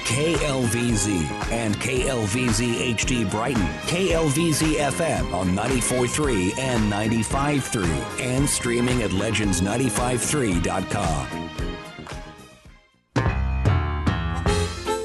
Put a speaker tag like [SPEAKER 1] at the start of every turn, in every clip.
[SPEAKER 1] KLVZ and KLVZ HD Brighton, KLVZ FM on 94.3 and 95.3, and streaming at legends953.com.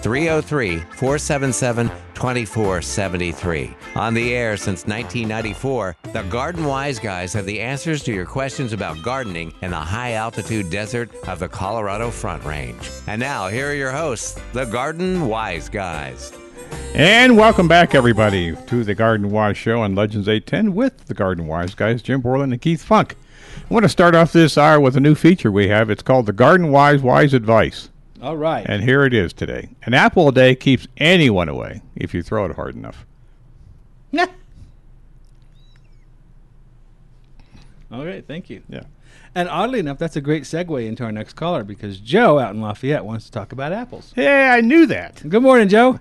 [SPEAKER 2] 303 477 2473. On the air since 1994, the Garden Wise Guys have the answers to your questions about gardening in the high altitude desert of the Colorado Front Range. And now, here are your hosts, the Garden Wise Guys.
[SPEAKER 3] And welcome back, everybody, to the Garden Wise Show on Legends 810 with the Garden Wise guys, Jim Borland and Keith Funk. I want to start off this hour with a new feature we have. It's called the Garden Wise Wise Advice.
[SPEAKER 4] All right.
[SPEAKER 3] And here it is today. An apple a day keeps anyone away if you throw it hard enough.
[SPEAKER 4] Nah. All right. Thank you.
[SPEAKER 3] Yeah.
[SPEAKER 4] And oddly enough, that's a great segue into our next caller because Joe out in Lafayette wants to talk about apples.
[SPEAKER 3] Hey, I knew that.
[SPEAKER 4] Good morning, Joe.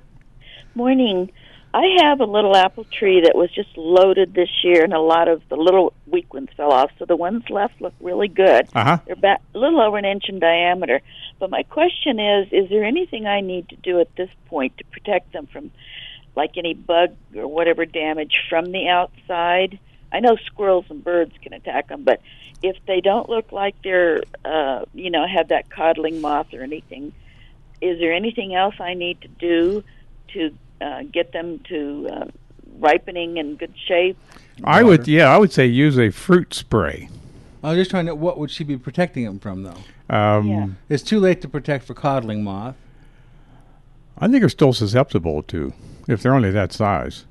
[SPEAKER 5] Morning. I have a little apple tree that was just loaded this year, and a lot of the little weak ones fell off. So the ones left look really good.
[SPEAKER 3] Uh huh.
[SPEAKER 5] They're about a little over an inch in diameter. But my question is: Is there anything I need to do at this point to protect them from, like any bug or whatever damage from the outside? I know squirrels and birds can attack them, but if they don't look like they're, uh, you know, have that coddling moth or anything, is there anything else I need to do to uh, get them to uh, ripening and good shape?
[SPEAKER 3] I would, yeah, I would say use a fruit spray.
[SPEAKER 4] I was just trying to. What would she be protecting him from, though?
[SPEAKER 3] Um,
[SPEAKER 5] Yeah.
[SPEAKER 4] It's too late to protect for coddling moth.
[SPEAKER 3] I think they're still susceptible to, if they're only that size.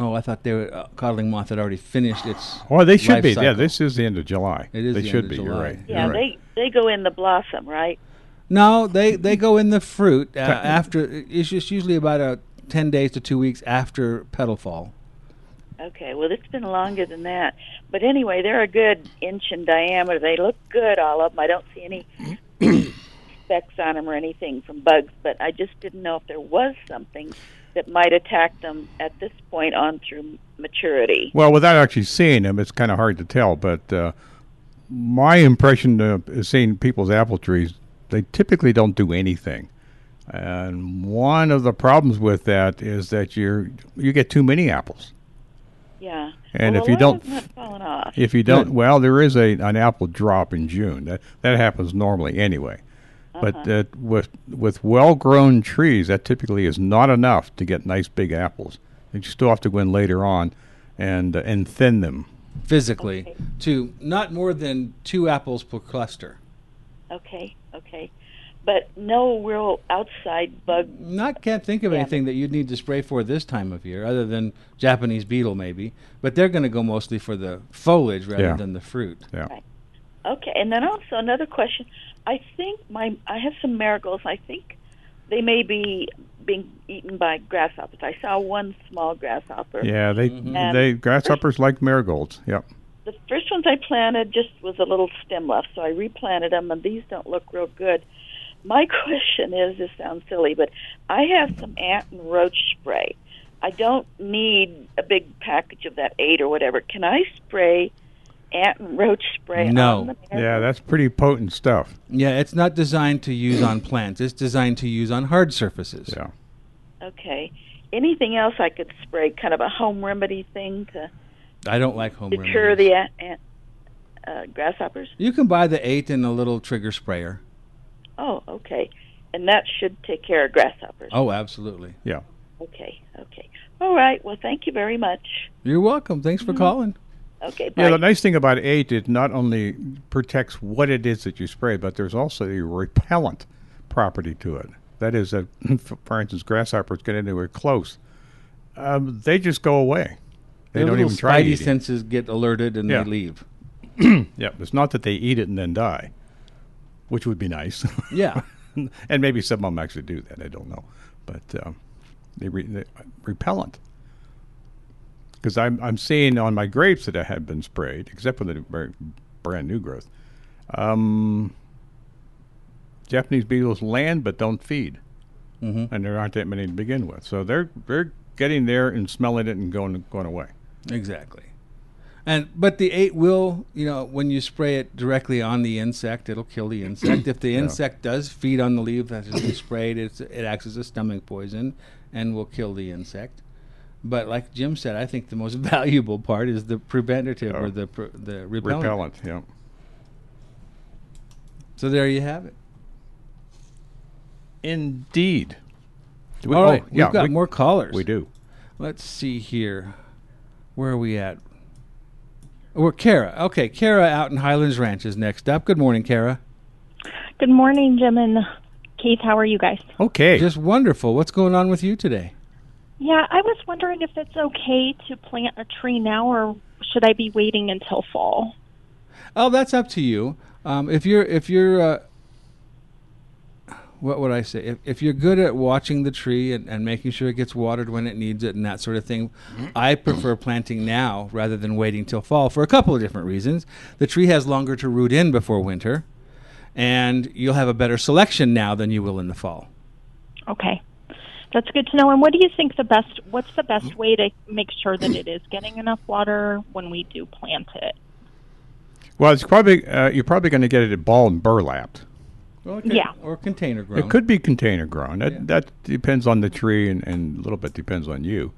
[SPEAKER 4] Oh, I thought they were uh, coddling moth had already finished its.
[SPEAKER 3] Well, they should
[SPEAKER 4] life
[SPEAKER 3] be. Yeah,
[SPEAKER 4] cycle.
[SPEAKER 3] this is the end of July.
[SPEAKER 4] It is
[SPEAKER 3] They
[SPEAKER 4] the end
[SPEAKER 3] should
[SPEAKER 4] of
[SPEAKER 3] be. You're
[SPEAKER 4] July.
[SPEAKER 3] right.
[SPEAKER 5] Yeah,
[SPEAKER 3] You're right.
[SPEAKER 5] they they go in the blossom, right?
[SPEAKER 4] No, they they go in the fruit uh, after. It's just usually about a ten days to two weeks after petal fall.
[SPEAKER 5] Okay, well, it's been longer than that. But anyway, they're a good inch in diameter. They look good, all of them. I don't see any specks on them or anything from bugs, but I just didn't know if there was something that might attack them at this point on through maturity.
[SPEAKER 3] Well, without actually seeing them, it's kind of hard to tell. But uh, my impression of seeing people's apple trees, they typically don't do anything. And one of the problems with that is that you you get too many apples.
[SPEAKER 5] Yeah.
[SPEAKER 3] And
[SPEAKER 5] well,
[SPEAKER 3] if
[SPEAKER 5] a
[SPEAKER 3] you
[SPEAKER 5] lot
[SPEAKER 3] don't-
[SPEAKER 5] of them have fallen off.
[SPEAKER 3] If you don't, well, there is a an apple drop in June. That that happens normally anyway.
[SPEAKER 5] Uh-huh.
[SPEAKER 3] But uh, with with well grown trees, that typically is not enough to get nice big apples. You still have to go in later on and uh, and thin them.
[SPEAKER 4] physically to not more than two apples per cluster.
[SPEAKER 5] Okay, okay. But no real outside bug.
[SPEAKER 4] Not can't think of
[SPEAKER 5] Yeah.
[SPEAKER 4] anything that you'd need to spray for this time of year, other than Japanese beetle maybe. But they're going to go mostly for the foliage rather
[SPEAKER 3] Yeah.
[SPEAKER 4] than the fruit.
[SPEAKER 3] Yeah.
[SPEAKER 5] Okay, and then also another question. I think my I have some marigolds. I think they may be being eaten by grasshoppers. I saw one small grasshopper.
[SPEAKER 3] Yeah, they
[SPEAKER 4] Mm-hmm.
[SPEAKER 5] And-
[SPEAKER 3] they grasshoppers like marigolds. Yep.
[SPEAKER 5] The first ones I planted just was a little stem left, so I replanted them, and these don't look real good. My question is, this sounds silly, but I have some ant and roach spray. I don't need a big package of that eight or whatever. Can I spray ant and roach spray
[SPEAKER 4] No.
[SPEAKER 5] on the
[SPEAKER 3] Yeah, that's pretty potent stuff.
[SPEAKER 4] Yeah, it's not designed to use on plants. It's designed to use on hard surfaces.
[SPEAKER 3] Yeah.
[SPEAKER 5] Okay. Anything else I could spray? Kind of a home remedy thing to
[SPEAKER 4] I don't like home
[SPEAKER 5] deter
[SPEAKER 4] remedies.
[SPEAKER 5] the a ant, uh, grasshoppers?
[SPEAKER 4] You can buy the eight in a little trigger sprayer.
[SPEAKER 5] Oh, okay. And that should take care of grasshoppers.
[SPEAKER 4] Oh, absolutely.
[SPEAKER 3] Yeah.
[SPEAKER 5] Okay, okay. All right. Well, thank you very much.
[SPEAKER 4] You're welcome. Thanks
[SPEAKER 5] Mm-hmm.
[SPEAKER 4] for calling.
[SPEAKER 5] Okay, bye.
[SPEAKER 3] Yeah, the nice thing about eight, it not only protects what it is that you spray, but there's also a repellent property to it. That is, that, for instance, grasshoppers get into it close, um, they just go away. They
[SPEAKER 4] Their
[SPEAKER 3] don't
[SPEAKER 4] little
[SPEAKER 3] even try
[SPEAKER 4] spidey
[SPEAKER 3] eating.
[SPEAKER 4] senses get alerted and
[SPEAKER 3] Yeah.
[SPEAKER 4] they leave.
[SPEAKER 3] yeah, it's not that they eat it and then die, which would be nice.
[SPEAKER 4] Yeah.
[SPEAKER 3] and maybe some of them actually do that. I don't know, but um, they, re- they repellent. because I'm I'm seeing on my grapes that have been sprayed, except for the br- brand new growth. Um, Japanese beetles land but don't feed, mm-hmm. and there aren't that many to begin with. So they're they're getting there and smelling it and going going away.
[SPEAKER 4] Exactly. And but the eight will, you know, when you spray it directly on the insect, it'll kill the insect. if the insect does feed on the leaf that has been sprayed, it's, it acts as a stomach poison and will kill the insect. But like Jim said, I think the most valuable part is the preventative or the pr- the repellent.
[SPEAKER 3] Repellent. Yeah.
[SPEAKER 4] So there you have it.
[SPEAKER 3] Indeed. Do
[SPEAKER 4] All
[SPEAKER 3] oh,
[SPEAKER 4] right, we've
[SPEAKER 3] yeah,
[SPEAKER 4] got
[SPEAKER 3] we,
[SPEAKER 4] more callers.
[SPEAKER 3] we do.
[SPEAKER 4] Let's see here. Where are we at? We're Kara. Okay, Kara out in Highlands Ranch is next up. Good morning, Kara.
[SPEAKER 6] Good morning, Jim and Keith. How are you guys?
[SPEAKER 3] Okay.
[SPEAKER 4] Just wonderful. What's going on with you today?
[SPEAKER 6] Yeah, I was wondering if it's okay to plant a tree now or should I be waiting until fall?
[SPEAKER 4] Oh, that's up to you. Um, if you're if you're uh, what would I say? If, if you're good at watching the tree and, and making sure it gets watered when it needs it and that sort of thing,
[SPEAKER 6] Mm-hmm.
[SPEAKER 4] I prefer planting now rather than waiting till fall for a couple of different reasons. The tree has longer to root in before winter, and you'll have a better selection now than you will in the fall.
[SPEAKER 6] Okay. That's good to know. And what do you think the best what's the best way to make sure that it is getting enough water when we do plant it?
[SPEAKER 3] Well, it's probably uh, you're probably going to get it at ball and burlapped.
[SPEAKER 4] Well,
[SPEAKER 6] Yeah.
[SPEAKER 4] Or container grown.
[SPEAKER 3] It could be container grown. That,
[SPEAKER 4] Yeah.
[SPEAKER 3] that depends on the tree and, and a little bit depends on you.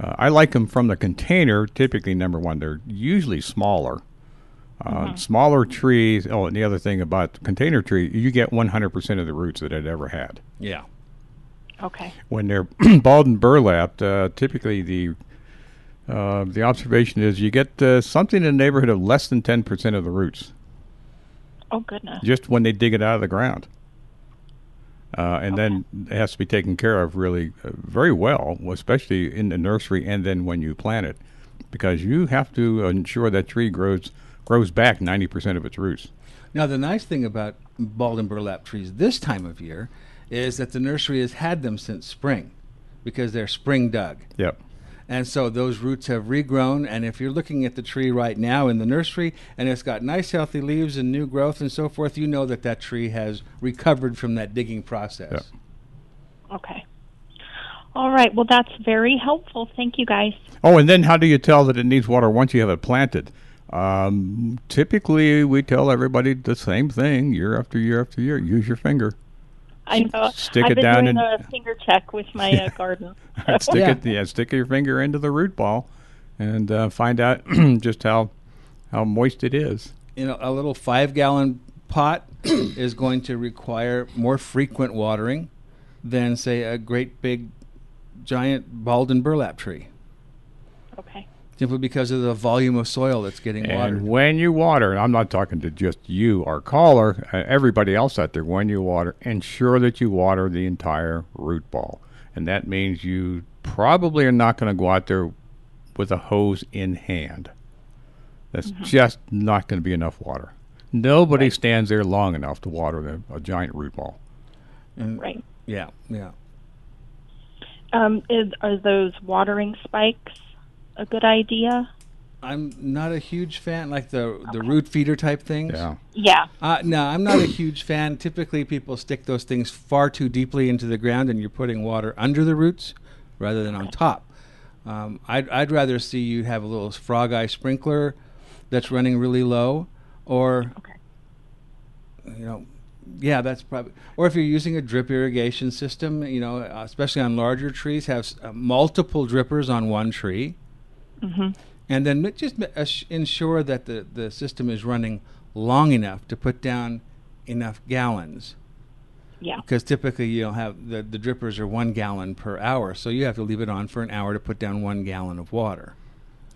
[SPEAKER 3] Uh, I like them from the container. Typically, number one, they're usually smaller. Uh,
[SPEAKER 4] Uh-huh.
[SPEAKER 3] Smaller trees. Oh, and the other thing about the container tree, you get 100% of the roots that it ever had.
[SPEAKER 4] Yeah.
[SPEAKER 6] Okay.
[SPEAKER 3] When they're bald and burlapped, uh, typically the uh, the observation is you get uh, something in the neighborhood of less than 10% of the roots.
[SPEAKER 6] Oh goodness.
[SPEAKER 3] just when they dig it out of the ground. Uh, and then it has to be taken care of really uh, very well, especially in the nursery and then when you plant it, because you have to ensure that tree grows grows back 90% of its roots.
[SPEAKER 4] Now, the nice thing about bald and burlap trees this time of year is that the nursery has had them since spring because they're spring dug.
[SPEAKER 3] Yep.
[SPEAKER 4] And so those roots have regrown. And if you're looking at the tree right now in the nursery and it's got nice, healthy leaves and new growth and so forth, you know that that tree has recovered from that digging process.
[SPEAKER 3] Yep.
[SPEAKER 6] Okay. All right. Well, that's very helpful. Thank you guys.
[SPEAKER 3] Oh, and then how do you tell that it needs water once you have it planted? Um, typically, we tell everybody the same thing year after year after year. Use your finger.
[SPEAKER 6] I know
[SPEAKER 3] Stick
[SPEAKER 6] I've
[SPEAKER 3] it
[SPEAKER 6] been
[SPEAKER 3] down
[SPEAKER 6] doing
[SPEAKER 3] and-
[SPEAKER 6] a finger check with my uh, garden.
[SPEAKER 3] stick
[SPEAKER 4] Yeah.
[SPEAKER 3] it, yeah, stick your finger into the root ball, and uh, find out just how how moist it is.
[SPEAKER 4] you know, a little five gallon pot is going to require more frequent watering than, say, a great big giant bald and burlap tree,
[SPEAKER 6] Okay.
[SPEAKER 4] simply because of the volume of soil that's getting
[SPEAKER 3] And
[SPEAKER 4] watered.
[SPEAKER 3] when you water, and I'm not talking to just you, our caller, uh, everybody else out there, when you water, ensure that you water the entire root ball. And that means you probably are not going to go out there with a hose in hand. That's
[SPEAKER 4] Mm-hmm.
[SPEAKER 3] just not going to be enough water. Nobody stands there long enough to water the, a giant root ball.
[SPEAKER 6] Right.
[SPEAKER 4] Yeah, yeah.
[SPEAKER 6] Um, is, are those watering spikes a good idea?
[SPEAKER 4] I'm not a huge fan, like the the root feeder type things.
[SPEAKER 3] Yeah.
[SPEAKER 6] Yeah.
[SPEAKER 4] Uh, no, I'm not a huge fan. Typically, people stick those things far too deeply into the ground, and you're putting water under the roots rather than on top. Um, I'd, I'd rather see you have a little frog eye sprinkler that's running really low, or you know, yeah, that's probably. Or if you're using a drip irrigation system, you know, uh, especially on larger trees, have s- uh, multiple drippers on one tree, and then ma- just ma- ass- ensure that the the system is running long enough to put down enough gallons.
[SPEAKER 6] Yeah.
[SPEAKER 4] Because typically you'll have the, the drippers are one gallon per hour, so you have to leave it on for an hour to put down one gallon of water.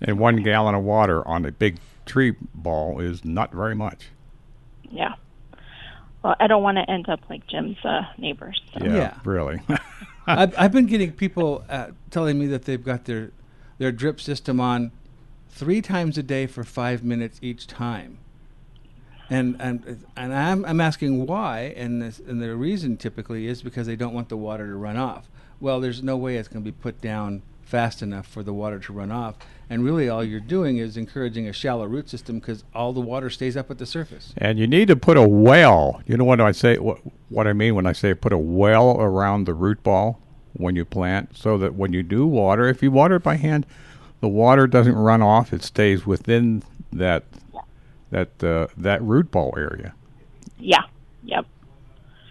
[SPEAKER 3] And one gallon of water on a big tree ball is not very much.
[SPEAKER 6] Yeah. Well, I don't want to end up like Jim's uh, neighbors. So.
[SPEAKER 4] Yeah.
[SPEAKER 3] Really.
[SPEAKER 4] I've, I've been getting people uh, telling me that they've got their their drip system on three times a day for five minutes each time, and and and I'm I'm asking why, and this, and the reason typically is because they don't want the water to run off. Well, there's no way it's going to be put down fast enough for the water to run off, And really, all you're doing is encouraging a shallow root system because all the water stays up at the surface.
[SPEAKER 3] And you need to put a well. You know what I say? What, what I mean when I say put a well around the root ball when you plant, so that when you do water, if you water it by hand, the water doesn't run off. It stays within that that uh, that root ball area.
[SPEAKER 6] Yeah. Yep.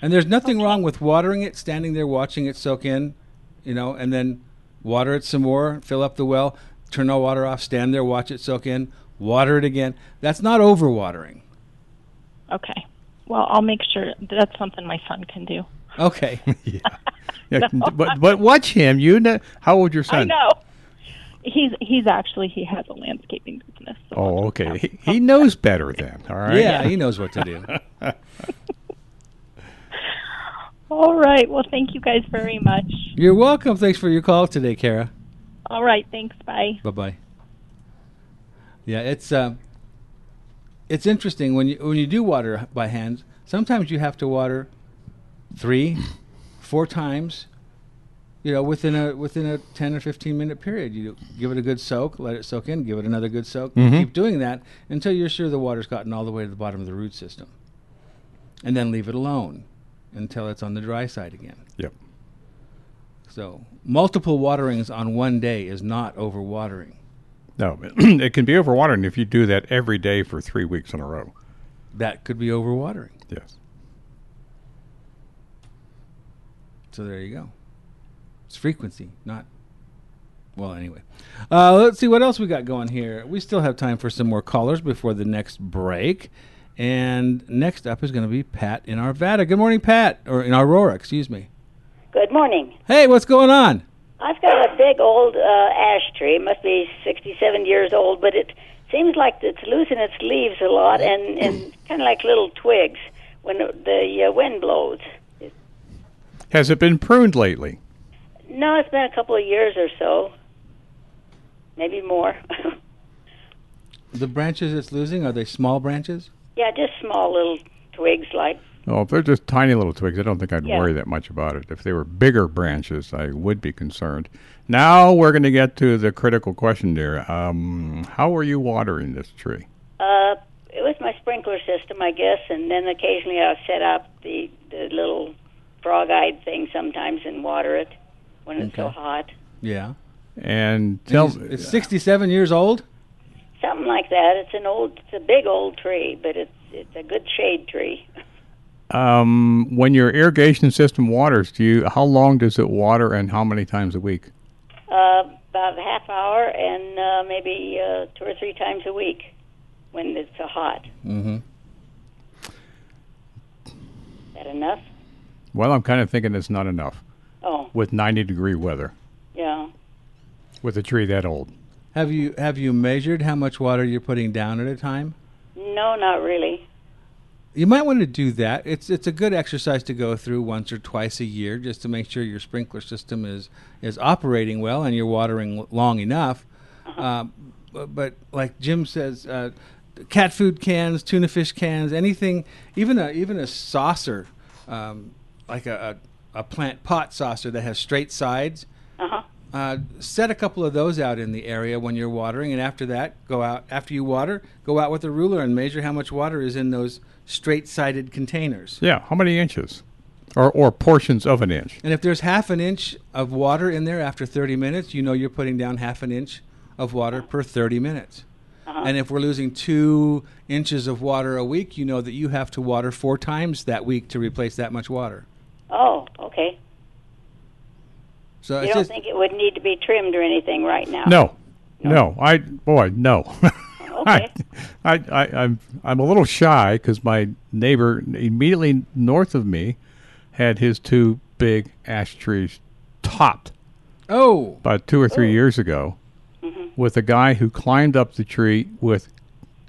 [SPEAKER 4] And there's nothing wrong with watering it, standing there watching it soak in, you know, and then water it some more, fill up the well, turn all water off, stand there, watch it soak in, water it again. That's not overwatering.
[SPEAKER 6] Okay. Well, I'll make sure that's something my son can do.
[SPEAKER 4] Okay.
[SPEAKER 3] Yeah, but but watch him. You know how old your son?
[SPEAKER 6] I know. He's he's actually he has a landscaping business. so-
[SPEAKER 3] Oh, okay. He, he knows better then. All right.
[SPEAKER 4] yeah, he knows what to do.
[SPEAKER 6] All right. Well, thank you guys very much.
[SPEAKER 4] You're welcome. Thanks for your call today, Kara.
[SPEAKER 6] All right. Thanks. Bye.
[SPEAKER 4] Bye bye. Yeah, it's uh, it's interesting when you when you do water by hand. Sometimes you have to water three, four times. You know, within a within a ten or fifteen minute period, you give it a good soak, let it soak in, give it another good soak. Keep doing that until you're sure the water's gotten all the way to the bottom of the root system, and then leave it alone until it's on the dry side again.
[SPEAKER 3] Yep.
[SPEAKER 4] So multiple waterings on one day is not overwatering.
[SPEAKER 3] No, it can be overwatering if you do that every day for three weeks in a row.
[SPEAKER 4] That could be overwatering.
[SPEAKER 3] Yes.
[SPEAKER 4] So there you go. It's frequency, not. Well, anyway, uh, let's see what else we got going here. We still have time for some more callers before the next break. And next up is going to be Pat in Arvada. Good morning, Pat, or in Aurora, excuse me.
[SPEAKER 7] Good morning.
[SPEAKER 4] Hey, what's going on?
[SPEAKER 7] I've got a big old uh, ash tree. It must be 67 years old, but it seems like it's losing its leaves a lot and, and kind of like little twigs when the uh, wind blows.
[SPEAKER 3] Has it been pruned lately?
[SPEAKER 7] No, it's been a couple of years or so, maybe more.
[SPEAKER 4] The branches it's losing are they small branches?
[SPEAKER 7] yeah, just small little twigs like.
[SPEAKER 3] Oh, if they're just tiny little twigs, I don't think I'd
[SPEAKER 7] Yeah.
[SPEAKER 3] worry that much about it. If they were bigger branches, I would be concerned. Now we're going to get to the critical question there. Um, how are you watering this tree?
[SPEAKER 7] Uh, it was my sprinkler system, I guess, and then occasionally I'll set up the, the little frog-eyed thing sometimes and water it when it's so
[SPEAKER 4] Okay.
[SPEAKER 7] hot.
[SPEAKER 4] Yeah.
[SPEAKER 3] And tell
[SPEAKER 4] It's- it's 67 years old.
[SPEAKER 7] Something like that. It's an old, it's a big old tree, but it's it's a good shade tree.
[SPEAKER 3] um, when your irrigation system waters, do you how long does it water and how many times a week?
[SPEAKER 7] Uh, about a half hour and uh, maybe uh, two or three times a week when it's so hot. Mm-hmm. Is that enough?
[SPEAKER 3] Well, I'm kind of thinking it's not enough
[SPEAKER 7] Oh,
[SPEAKER 3] with 90 degree weather
[SPEAKER 7] yeah.
[SPEAKER 3] with a tree that old.
[SPEAKER 4] Have you have you measured how much water you're putting down at a time?
[SPEAKER 7] No, not really.
[SPEAKER 4] you might want to do that. It's it's a good exercise to go through once or twice a year just to make sure your sprinkler system is is operating well and you're watering l- long enough. Uh, bu- but like Jim says, uh, cat food cans, tuna fish cans, anything, even a even a saucer, um, like a, a a plant pot saucer that has straight sides. Uh, set a couple of those out in the area when you're watering, and after that, go out after you water, go out with a ruler and measure how much water is in those straight-sided containers.
[SPEAKER 3] Yeah, how many inches? Or, or portions of an inch.
[SPEAKER 4] And if there's half an inch of water in there after 30 minutes, you know you're putting down half an inch of water per 30 minutes. And if we're losing two inches of water a week, you know that you have to water four times that week to replace that much water.
[SPEAKER 7] Oh, okay.
[SPEAKER 4] So
[SPEAKER 7] You
[SPEAKER 4] it's
[SPEAKER 7] don't
[SPEAKER 4] just,
[SPEAKER 7] think it would need to be trimmed or anything right now?
[SPEAKER 3] Uh, No, no, I boy, no. I, I, I, I'm I'm a little shy because my neighbor immediately north of me had his two big ash trees topped
[SPEAKER 4] oh,
[SPEAKER 3] about two or three years ago with a guy who climbed up the tree with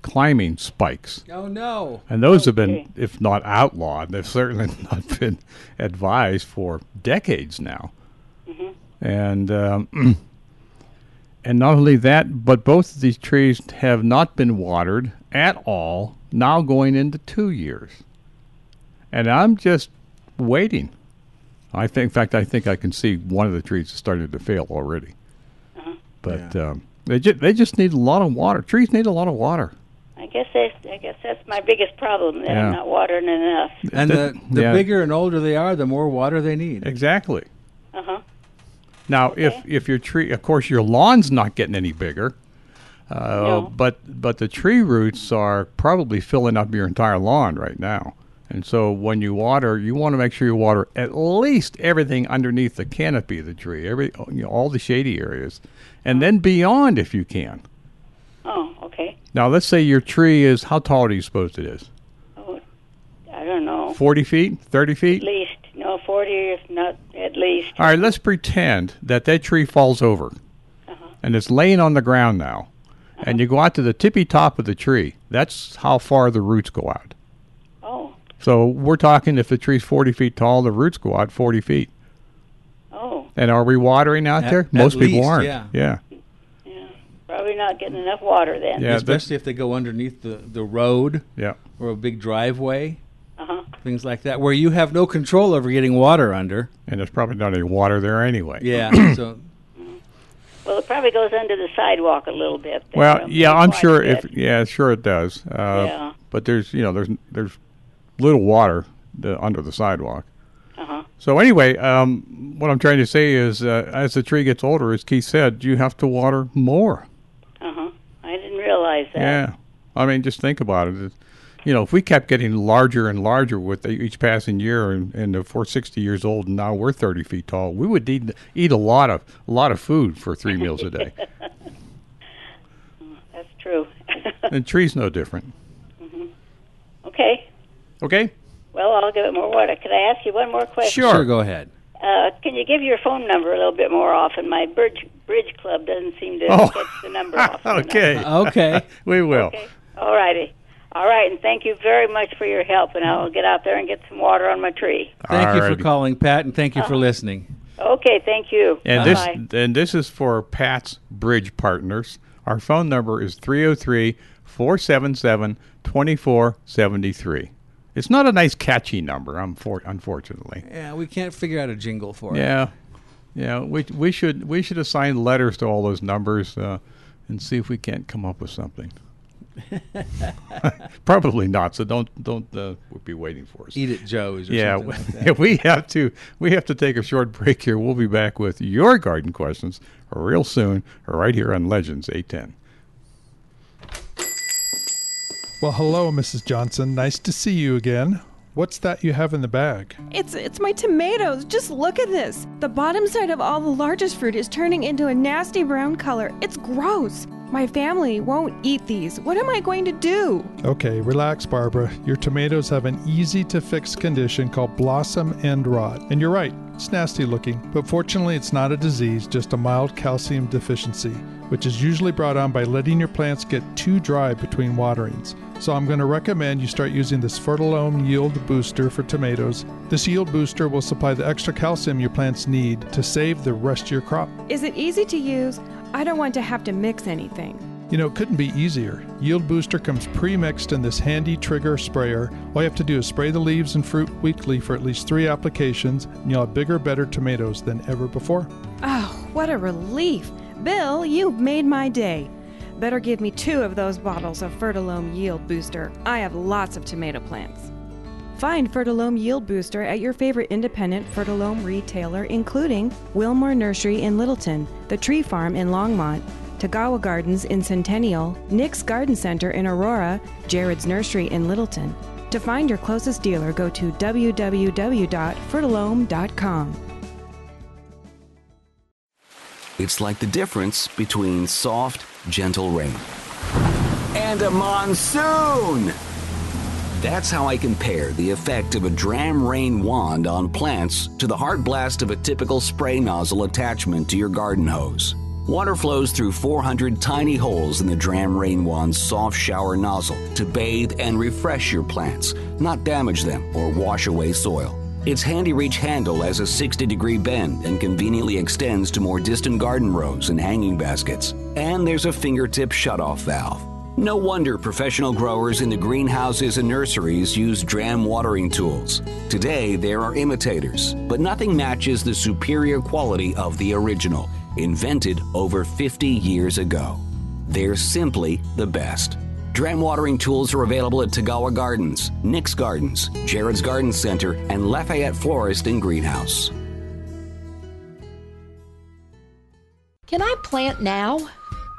[SPEAKER 3] climbing spikes.
[SPEAKER 4] oh no.
[SPEAKER 3] And those have been, if not outlawed, they've certainly not been advised for decades now. And um, and not only that, but both of these trees have not been watered at all. Now going into two years, and I'm just waiting. I think, in fact, I think I can see one of the trees is starting to fail already. But um, They just they just need a lot of water. Trees need a lot of water.
[SPEAKER 7] I guess that's I guess that's my biggest problem. That
[SPEAKER 3] Yeah.
[SPEAKER 7] I'm not watering enough.
[SPEAKER 4] And the, the
[SPEAKER 3] yeah.
[SPEAKER 4] bigger and older they are, the more water they need.
[SPEAKER 3] Exactly.
[SPEAKER 7] Uh huh.
[SPEAKER 3] Now, if if your tree, of course, your lawn's not getting any bigger, uh,
[SPEAKER 7] No.
[SPEAKER 3] but but the tree roots are probably filling up your entire lawn right now. And so when you water, you want to make sure you water at least everything underneath the canopy of the tree, every you know, all the shady areas, and then beyond if you can.
[SPEAKER 7] Oh, okay.
[SPEAKER 3] Now, let's say your tree is how tall do you suppose it is?
[SPEAKER 7] Oh, I don't know.
[SPEAKER 3] Forty feet, thirty feet.
[SPEAKER 7] At least no forty, if not at least.
[SPEAKER 3] All right, let's pretend that that tree falls over and it's laying on the ground now. And you go out to the tippy top of the tree. That's how far the roots go out.
[SPEAKER 7] Oh,
[SPEAKER 3] So we're talking if the tree's 40 feet tall, the roots go out 40 feet.
[SPEAKER 7] oh,
[SPEAKER 3] And are we watering out
[SPEAKER 4] At-
[SPEAKER 3] there?
[SPEAKER 4] at
[SPEAKER 3] Most people
[SPEAKER 4] least,
[SPEAKER 3] aren't.
[SPEAKER 4] yeah.
[SPEAKER 3] yeah.
[SPEAKER 7] yeah. Probably not getting enough water then.
[SPEAKER 3] Yeah. that-
[SPEAKER 4] Especially if they go underneath the, the road
[SPEAKER 3] yeah.
[SPEAKER 4] or a big driveway,
[SPEAKER 7] Uh huh.
[SPEAKER 4] things like that, where you have no control over getting water under.
[SPEAKER 3] And there's probably not any water there anyway.
[SPEAKER 4] Yeah. so
[SPEAKER 7] Well, it probably goes under the sidewalk a little bit. then,
[SPEAKER 3] Well,
[SPEAKER 7] um,
[SPEAKER 3] yeah, I'm
[SPEAKER 7] quite a
[SPEAKER 3] sure
[SPEAKER 7] bit.
[SPEAKER 3] if yeah, sure it does. Uh,
[SPEAKER 7] Yeah.
[SPEAKER 3] But there's you know there's there's little water the, under the sidewalk.
[SPEAKER 7] Uh-huh.
[SPEAKER 3] So anyway, um, what I'm trying to say is, uh, as the tree gets older, as Keith said, you have to water more.
[SPEAKER 7] Uh huh. I didn't realize that.
[SPEAKER 3] Yeah, I mean, just think about it. It- You know, if we kept getting larger and larger with each passing year, and, and if we're 60 years old and now we're 30 feet tall, we would need to eat a lot of a lot of food for three meals a day.
[SPEAKER 7] Oh, That's true. Mm-hmm.
[SPEAKER 3] And trees no different.
[SPEAKER 7] okay.
[SPEAKER 3] Okay,
[SPEAKER 7] Well, I'll give it more water. Could I ask you one more question?
[SPEAKER 4] sure, go ahead.
[SPEAKER 7] Uh, can you give your phone number a little bit more often? My bridge bridge club doesn't seem to
[SPEAKER 3] Oh.
[SPEAKER 7] catch the number. often
[SPEAKER 3] okay,
[SPEAKER 4] Okay.
[SPEAKER 3] we will.
[SPEAKER 7] enough. Okay. All righty. All right, and thank you very much for your help. And I'll get out there and get some water on my tree.
[SPEAKER 4] Thank you
[SPEAKER 3] Alrighty.
[SPEAKER 4] for calling, Pat, and thank you for listening.
[SPEAKER 7] Okay, thank you.
[SPEAKER 3] And
[SPEAKER 7] Bye-bye.
[SPEAKER 3] this and this is for Pat's Bridge Partners. Our phone number is 303-477-2473. It's not a nice catchy number, unfor- unfortunately.
[SPEAKER 4] Yeah, we can't figure out a jingle for it.
[SPEAKER 3] Yeah. Yeah, we we should we should assign letters to all those numbers uh, and see if we can't come up with something. Probably not. So don't don't uh, be waiting for us.
[SPEAKER 4] Eat it, Joe's. Or
[SPEAKER 3] Yeah,
[SPEAKER 4] something like that.
[SPEAKER 3] we have to we have to take a short break here. We'll be back with your garden questions real soon, right here on Legends eight ten.
[SPEAKER 8] Well, hello, Mrs. Johnson. Nice to see you again. What's that you have in the bag?
[SPEAKER 9] It's it's my tomatoes. Just look at this. The bottom side of all the largest fruit is turning into a nasty brown color. It's gross. My family won't eat these. What am I going to do?
[SPEAKER 8] Okay, relax, Barbara. Your tomatoes have an easy to fix condition called blossom end rot. And you're right, it's nasty looking. But fortunately, it's not a disease, just a mild calcium deficiency, which is usually brought on by letting your plants get too dry between waterings. So I'm going to recommend you start using this Fertilome Yield Booster for tomatoes. This yield booster will supply the extra calcium your plants need to save the rest of your crop.
[SPEAKER 9] Is it easy to use? I don't want to have to mix anything.
[SPEAKER 8] You know, it couldn't be easier. Yield Booster comes pre mixed in this handy trigger sprayer. All you have to do is spray the leaves and fruit weekly for at least three applications, and you'll have bigger, better tomatoes than ever before.
[SPEAKER 9] Oh, what a relief. Bill, you've made my day. Better give me two of those bottles of Fertilome Yield Booster. I have lots of tomato plants. Find Fertilome Yield Booster at your favorite independent Fertilome retailer, including Wilmore Nursery in Littleton, The Tree Farm in Longmont, Tagawa Gardens in Centennial, Nick's Garden Center in Aurora, Jared's Nursery in Littleton. To find your closest dealer, go to www.fertilome.com.
[SPEAKER 1] It's like the difference between soft, gentle rain and a monsoon. That's how I compare the effect of a dram rain wand on plants to the hard blast of a typical spray nozzle attachment to your garden hose. Water flows through 400 tiny holes in the dram rain wand's soft shower nozzle to bathe and refresh your plants, not damage them or wash away soil. Its handy reach handle has a 60 degree bend and conveniently extends to more distant garden rows and hanging baskets. And there's a fingertip shutoff valve. No wonder professional growers in the greenhouses and nurseries use dram watering tools. Today, there are imitators, but nothing matches the superior quality of the original. invented over 50 years ago. They're simply the best. Dram watering tools are available at Tagawa Gardens, Nick's Gardens, Jared's Garden Center, and Lafayette Florist and Greenhouse.
[SPEAKER 10] Can I plant now?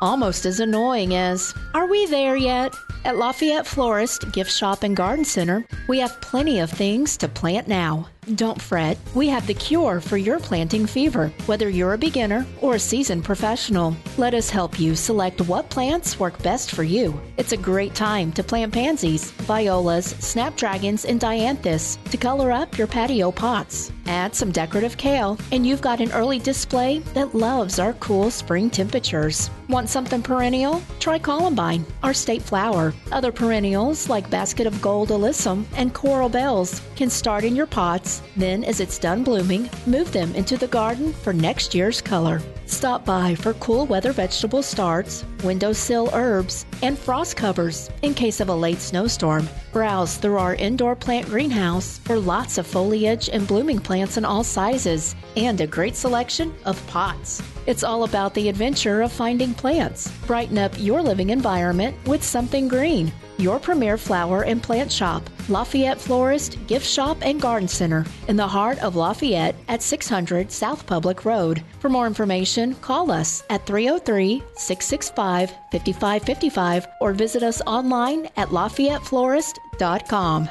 [SPEAKER 10] Almost as annoying as, are we there yet? At Lafayette Florist, Gift Shop, and Garden Center, we have plenty of things to plant now. Don't fret, we have the cure for your planting fever, whether you're a beginner or a seasoned professional. Let us help you select what plants work best for you. It's a great time to plant pansies, violas, snapdragons, and dianthus to color up your patio pots. Add some decorative kale, and you've got an early display that loves our cool spring temperatures. Want something perennial? Try columbine, our state flower. Other perennials like basket of gold alyssum and coral bells can start in your pots. Then, as it's done blooming, move them into the garden for next year's color. Stop by for cool weather vegetable starts, windowsill herbs, and frost covers in case of a late snowstorm. Browse through our indoor plant greenhouse for lots of foliage and blooming plants in all sizes and a great selection of pots. It's all about the adventure of finding plants. Brighten up your living environment with something green. Your premier flower and plant shop, Lafayette Florist, Gift Shop, and Garden Center in the heart of Lafayette at 600 South Public Road. For more information, call us at 303 665 5555 or visit us online at lafayetteflorist.com.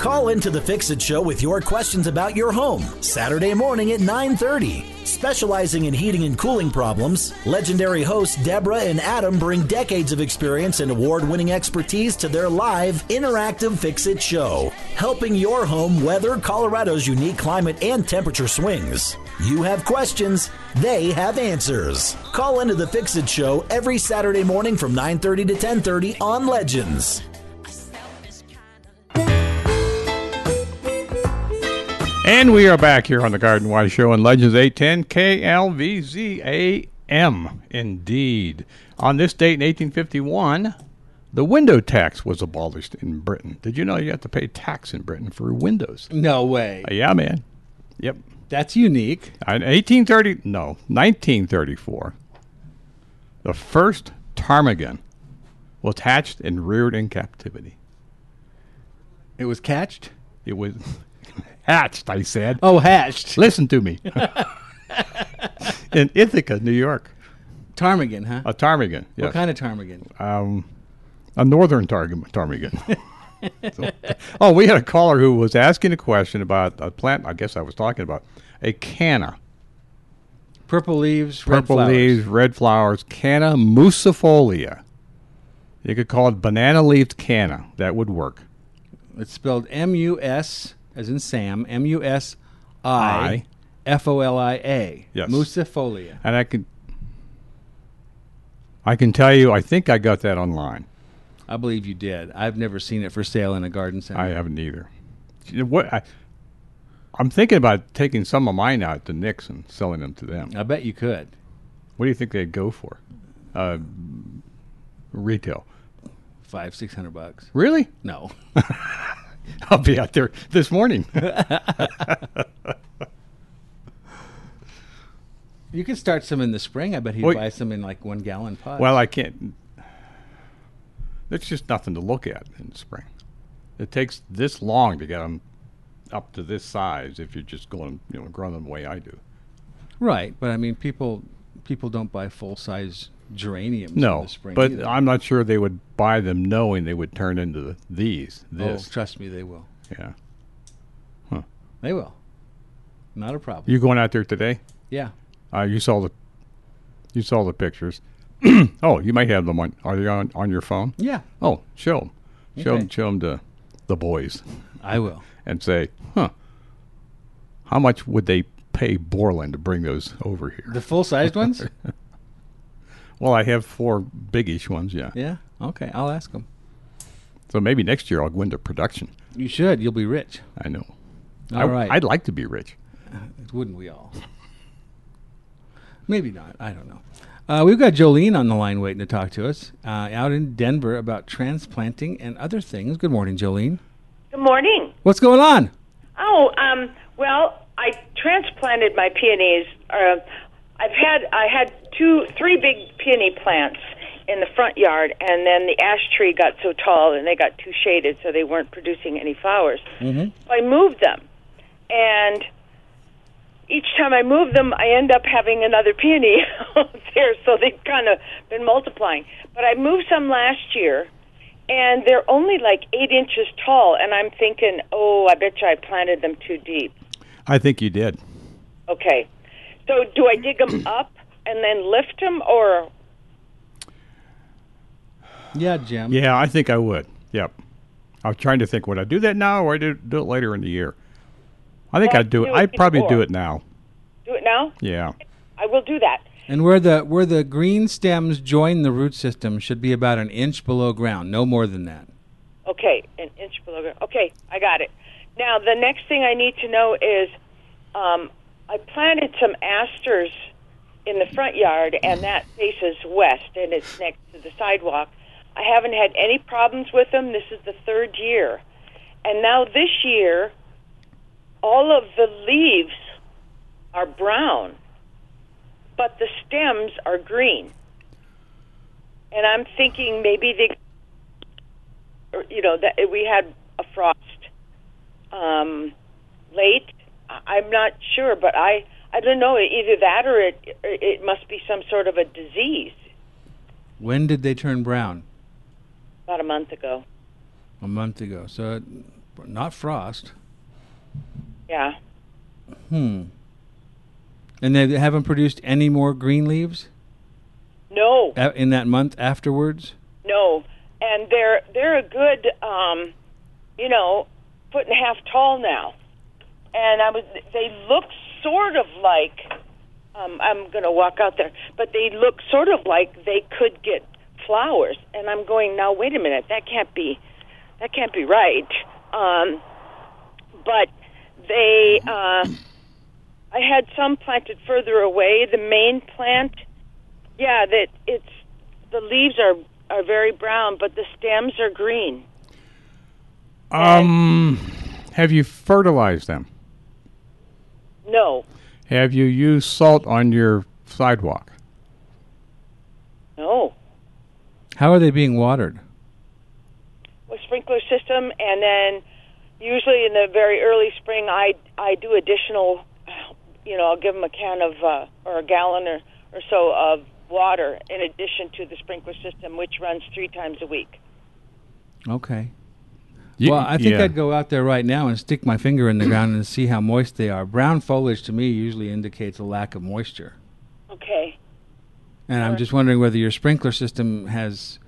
[SPEAKER 11] Call into the Fix It Show with your questions about your home Saturday morning at 9:30. Specializing in heating and cooling problems, legendary hosts Deborah and Adam bring decades of experience and award-winning expertise to their live interactive Fix It Show, helping your home weather Colorado's unique climate and temperature swings. You have questions, they have answers. Call into the Fix It Show every Saturday morning from 9:30 to 10:30 on Legends.
[SPEAKER 3] And we are back here on the Garden Wise Show on Legends 810 KLVZAM. Indeed. On this date in 1851, the window tax was abolished in Britain. Did you know you have to pay tax in Britain for windows?
[SPEAKER 4] No way.
[SPEAKER 3] Yeah, man. Yep.
[SPEAKER 4] That's unique.
[SPEAKER 3] In 1830, no, 1934, the first ptarmigan was hatched and reared in captivity.
[SPEAKER 4] It was catched?
[SPEAKER 3] It was hatched, I said.
[SPEAKER 4] Oh, hatched.
[SPEAKER 3] Listen to me. in Ithaca, New York.
[SPEAKER 4] Ptarmigan, huh?
[SPEAKER 3] A ptarmigan.
[SPEAKER 4] What
[SPEAKER 3] yes.
[SPEAKER 4] kind of ptarmigan?
[SPEAKER 3] um, a northern tar- ptarmigan. So- oh, we had a caller who was asking a question about a plant. I guess I was talking about a canna,
[SPEAKER 4] Purple leaves, red
[SPEAKER 3] purple
[SPEAKER 4] flowers.
[SPEAKER 3] leaves, red flowers, canna musifolia. You could call it banana leaved canna. That would work.
[SPEAKER 4] It's spelled M U S, as in Sam, M U S
[SPEAKER 3] I.
[SPEAKER 4] I F O L I A.
[SPEAKER 3] Yes.
[SPEAKER 4] Musifolia.
[SPEAKER 3] And I can, I can tell you, I think I got that online.
[SPEAKER 4] I believe you did. I've never seen it for sale in a garden center.
[SPEAKER 3] I haven't either. You know What I, I'm thinking about taking some of mine out to Nix and selling them to them.
[SPEAKER 4] I bet you could.
[SPEAKER 3] What do you think they'd go for? Uh, retail.
[SPEAKER 4] Five, six hundred bucks.
[SPEAKER 3] Really?
[SPEAKER 4] No.
[SPEAKER 3] I'll be out there this morning.
[SPEAKER 4] You could start some in the spring. I bet he'd
[SPEAKER 3] Well,
[SPEAKER 4] buy some in like one gallon pots.
[SPEAKER 3] well, I can't. There's just nothing to look at in the spring. It takes this long to get them up to this size if you're just going, you know, growing them the way I do.
[SPEAKER 4] right, but I mean, people people don't buy full size geraniums in
[SPEAKER 3] No,
[SPEAKER 4] the spring.
[SPEAKER 3] but
[SPEAKER 4] either.
[SPEAKER 3] I'm not sure they would buy them knowing they would turn into the, these.
[SPEAKER 4] oh,
[SPEAKER 3] This.
[SPEAKER 4] trust me, they will.
[SPEAKER 3] Yeah.
[SPEAKER 4] They will. Not a problem.
[SPEAKER 3] You going out there today?
[SPEAKER 4] yeah.
[SPEAKER 3] Uh, you saw the, you saw the pictures. oh, you might have them on. Are they on on your phone?
[SPEAKER 4] Yeah.
[SPEAKER 3] Oh, show them, show
[SPEAKER 4] Okay.
[SPEAKER 3] them, show them to the boys,
[SPEAKER 4] I will.
[SPEAKER 3] and say, huh? How much would they pay Borland to bring those over here?
[SPEAKER 4] The full sized ones?
[SPEAKER 3] Well, I have four biggish ones, yeah.
[SPEAKER 4] Yeah. Okay. I'll ask them.
[SPEAKER 3] So maybe next year I'll go into production.
[SPEAKER 4] You should. You'll be rich.
[SPEAKER 3] I know.
[SPEAKER 4] All
[SPEAKER 3] I,
[SPEAKER 4] right.
[SPEAKER 3] I'd like to be rich.
[SPEAKER 4] Wouldn't we all? Maybe not. I don't know. Uh, we've got Jolene on the line waiting to talk to us uh, out in Denver about transplanting and other things. Good morning, Jolene.
[SPEAKER 12] Good morning.
[SPEAKER 4] What's going on?
[SPEAKER 12] Oh, um, well, I transplanted my peonies. Uh, I've had I had two, three big peony plants in the front yard, and then the ash tree got so tall and they got too shaded, so they weren't producing any flowers.
[SPEAKER 13] Mm-hmm.
[SPEAKER 12] So I moved them, and each time I move them, I end up having another peony out there. So they've kind of been multiplying. But I moved some last year, and they're only like eight inches tall. And I'm thinking, oh, I bet you I planted them too deep.
[SPEAKER 3] I think you did.
[SPEAKER 12] Okay, so do I dig them up and then lift them, or
[SPEAKER 4] Yeah, Jim.
[SPEAKER 3] Yeah, I think I would. Yep. I was trying to think would I do that now or I do, do it later in the year. I think
[SPEAKER 12] Well,
[SPEAKER 3] I'd do
[SPEAKER 12] do
[SPEAKER 3] it.
[SPEAKER 12] it
[SPEAKER 3] I'd probably do
[SPEAKER 12] before.
[SPEAKER 3] it now.
[SPEAKER 12] do it now?
[SPEAKER 3] Yeah.
[SPEAKER 12] I will do that.
[SPEAKER 4] And where the where the green stems join the root system should be about an inch below ground, no more than that.
[SPEAKER 12] Okay, an inch below ground. Okay, I got it. Now the next thing I need to know is, um, I planted some asters in the front yard, and that faces west, and it's next to the sidewalk. I haven't had any problems with them. This is the third year, and now this year, all of the leaves are brown, but the stems are green. And I'm thinking maybe they or, you know that we had a frost um, late. I- I'm not sure, but I I don't know either that or it or it must be some sort of a disease.
[SPEAKER 4] When did they turn brown?
[SPEAKER 12] About a month ago,
[SPEAKER 4] A month ago. So not frost.
[SPEAKER 12] yeah.
[SPEAKER 4] Hmm. And they haven't produced any more green leaves
[SPEAKER 12] No,
[SPEAKER 4] a- in that month afterwards.
[SPEAKER 12] no, and they're they're a good um, you know foot and a half tall now, and I was they look sort of like um, I'm going to walk out there, but they look sort of like they could get flowers, and I'm going now. Wait a minute, that can't be that can't be right. Um, but they uh, I had some planted further away. The main plant, yeah, that it's the leaves are are very brown, but the stems are green.
[SPEAKER 3] Um have you fertilized them?
[SPEAKER 12] No,
[SPEAKER 3] Have you used salt on your sidewalk?
[SPEAKER 12] no.
[SPEAKER 4] How are they being watered?
[SPEAKER 12] a sprinkler system, and then usually in the very early spring, I I do additional. You know, I'll give them a can of uh, or a gallon or or so of water in addition to the sprinkler system, which runs three times a week.
[SPEAKER 4] Okay.
[SPEAKER 3] Ye-
[SPEAKER 4] well, I think
[SPEAKER 3] yeah.
[SPEAKER 4] I'd go out there right now and stick my finger in the ground and see how moist they are. Brown foliage to me usually indicates a lack of moisture.
[SPEAKER 12] Okay.
[SPEAKER 4] And I'm just wondering whether your sprinkler system has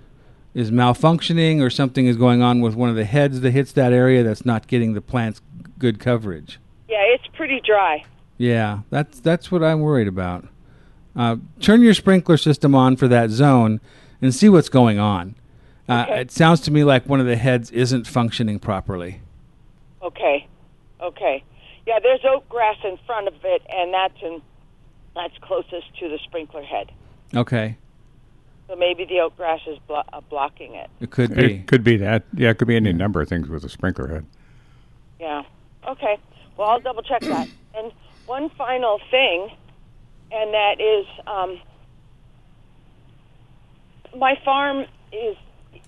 [SPEAKER 4] is malfunctioning or something is going on with one of the heads that hits that area that's not getting the plants good coverage.
[SPEAKER 12] Yeah, it's pretty dry.
[SPEAKER 4] Yeah, that's that's what I'm worried about. Uh, turn your sprinkler system on for that zone and see what's going on. Uh, It sounds to me like one of the heads isn't functioning properly.
[SPEAKER 12] Okay. Okay. Yeah, there's oak grass in front of it, and that's in that's closest to the sprinkler head.
[SPEAKER 4] Okay,
[SPEAKER 12] So maybe the oak grass is blo- uh, blocking it.
[SPEAKER 4] it could be.
[SPEAKER 3] It could be that. Yeah, it could be any number of things with a sprinkler head.
[SPEAKER 12] Yeah. Okay. Well, I'll double check that. And one final thing, and that is um, my farm is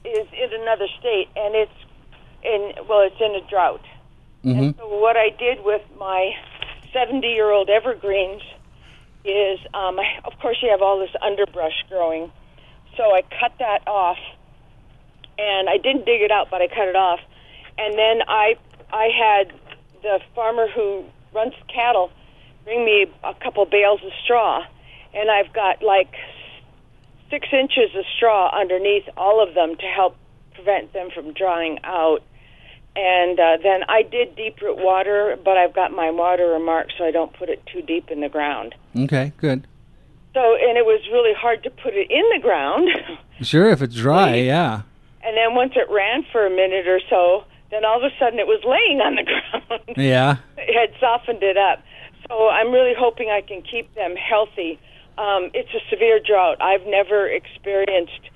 [SPEAKER 12] is in another state, and it's in well, it's in a drought.
[SPEAKER 13] Mm-hmm.
[SPEAKER 12] So what I did with my 70 year old evergreens is, um, I, of course, you have all this underbrush growing. So I cut that off, and I didn't dig it out, but I cut it off. And then I, I had the farmer who runs cattle bring me a couple bales of straw, and I've got like six inches of straw underneath all of them to help prevent them from drying out. And uh, then I did deep root water, but I've got my water remarked so I don't put it too deep in the ground.
[SPEAKER 4] Okay, good.
[SPEAKER 12] So, and it was really hard to put it in the ground.
[SPEAKER 4] Sure, if it's dry, yeah.
[SPEAKER 12] And then once it ran for a minute or so, then all of a sudden it was laying on the ground.
[SPEAKER 4] Yeah.
[SPEAKER 12] it had softened it up. So I'm really hoping I can keep them healthy. Um, it's a severe drought. I've never experienced. Um,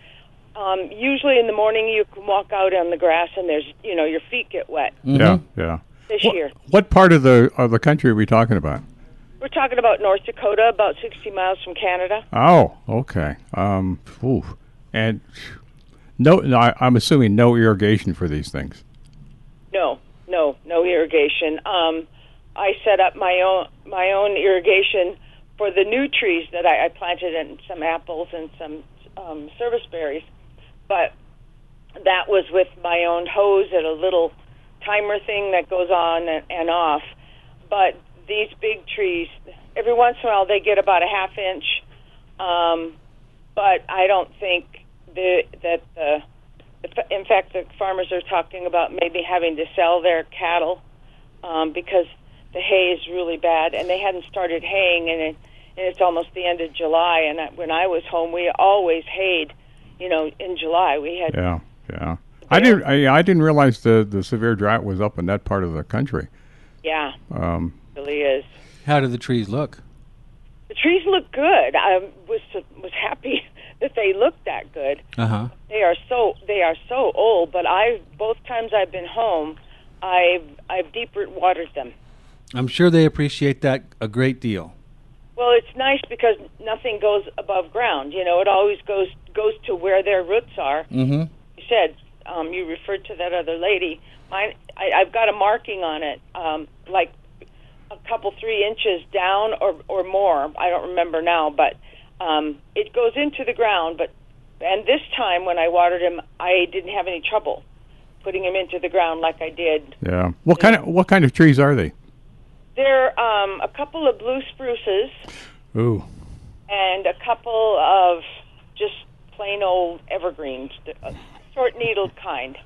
[SPEAKER 4] Mm-hmm.
[SPEAKER 12] usually in the morning you can walk out on the grass and there's, you know, your feet get wet.
[SPEAKER 3] Yeah, yeah.
[SPEAKER 12] this year.
[SPEAKER 3] What part of the of the country are we talking about?
[SPEAKER 12] We're talking about North Dakota, about 60 miles from Canada.
[SPEAKER 3] Oh, okay. Um, ooh. and no, no, I, I'm assuming no irrigation for these things.
[SPEAKER 12] No, no, no irrigation. Um, I set up my own my own irrigation for the new trees that I, I planted and some apples and some um, service berries, but that was with my own hose and a little timer thing that goes on and, and off. But these big trees, every once in a while they get about a half inch, um, but I don't think the, that the in fact the farmers are talking about maybe having to sell their cattle um, because the hay is really bad, and they hadn't started haying, and, it, and it's almost the end of July. And I, when I was home, we always hayed, you know, in July. We had
[SPEAKER 3] Yeah, yeah. I didn't. I, I didn't realize the the severe drought was up in that part of the country.
[SPEAKER 12] yeah,
[SPEAKER 3] Um,
[SPEAKER 12] really is.
[SPEAKER 4] How do the trees look?
[SPEAKER 12] The trees look good. I was was happy that they looked that good.
[SPEAKER 4] Uh huh.
[SPEAKER 12] They are so they are so old, but I both times I've been home, I've I've deep root watered them.
[SPEAKER 4] I'm sure they appreciate that a great deal.
[SPEAKER 12] Well, it's nice because nothing goes above ground. You know, it always goes goes to where their roots are.
[SPEAKER 4] Mm-hmm.
[SPEAKER 12] You said um, you referred to that other lady. Mine, I, I've got a marking on it, um, like a couple three inches down or or more. I don't remember now, but um, it goes into the ground. But and this time when I watered him, I didn't have any trouble putting him into the ground like I did
[SPEAKER 3] yeah. What kind of what kind of trees are they?
[SPEAKER 12] There are um, a couple of blue spruces
[SPEAKER 3] Ooh.
[SPEAKER 12] and a couple of just plain old evergreens, th- uh, short needled kind.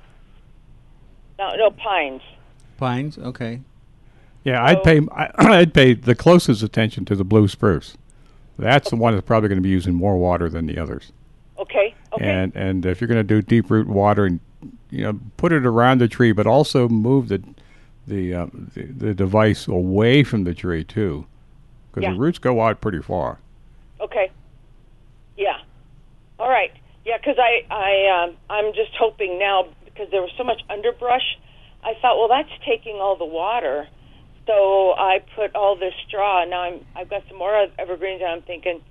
[SPEAKER 12] No, no pines.
[SPEAKER 4] Pines. Okay.
[SPEAKER 3] Yeah, I'd pay I, I'd pay the closest attention to the blue spruce. That's the one that's probably going to be using more water than the others.
[SPEAKER 12] Okay.
[SPEAKER 3] And and if you're going to do deep root watering, you know, put it around the tree, but also move the the uh, the, the device away from the tree too, because
[SPEAKER 12] Yeah.
[SPEAKER 3] the roots go out pretty far.
[SPEAKER 12] Okay. Yeah. All right. Yeah, because I, I, um, I'm just hoping now because there was so much underbrush. I thought, well, that's taking all the water. So I put all this straw. and Now I'm, I've got some more evergreens, and I'm thinking,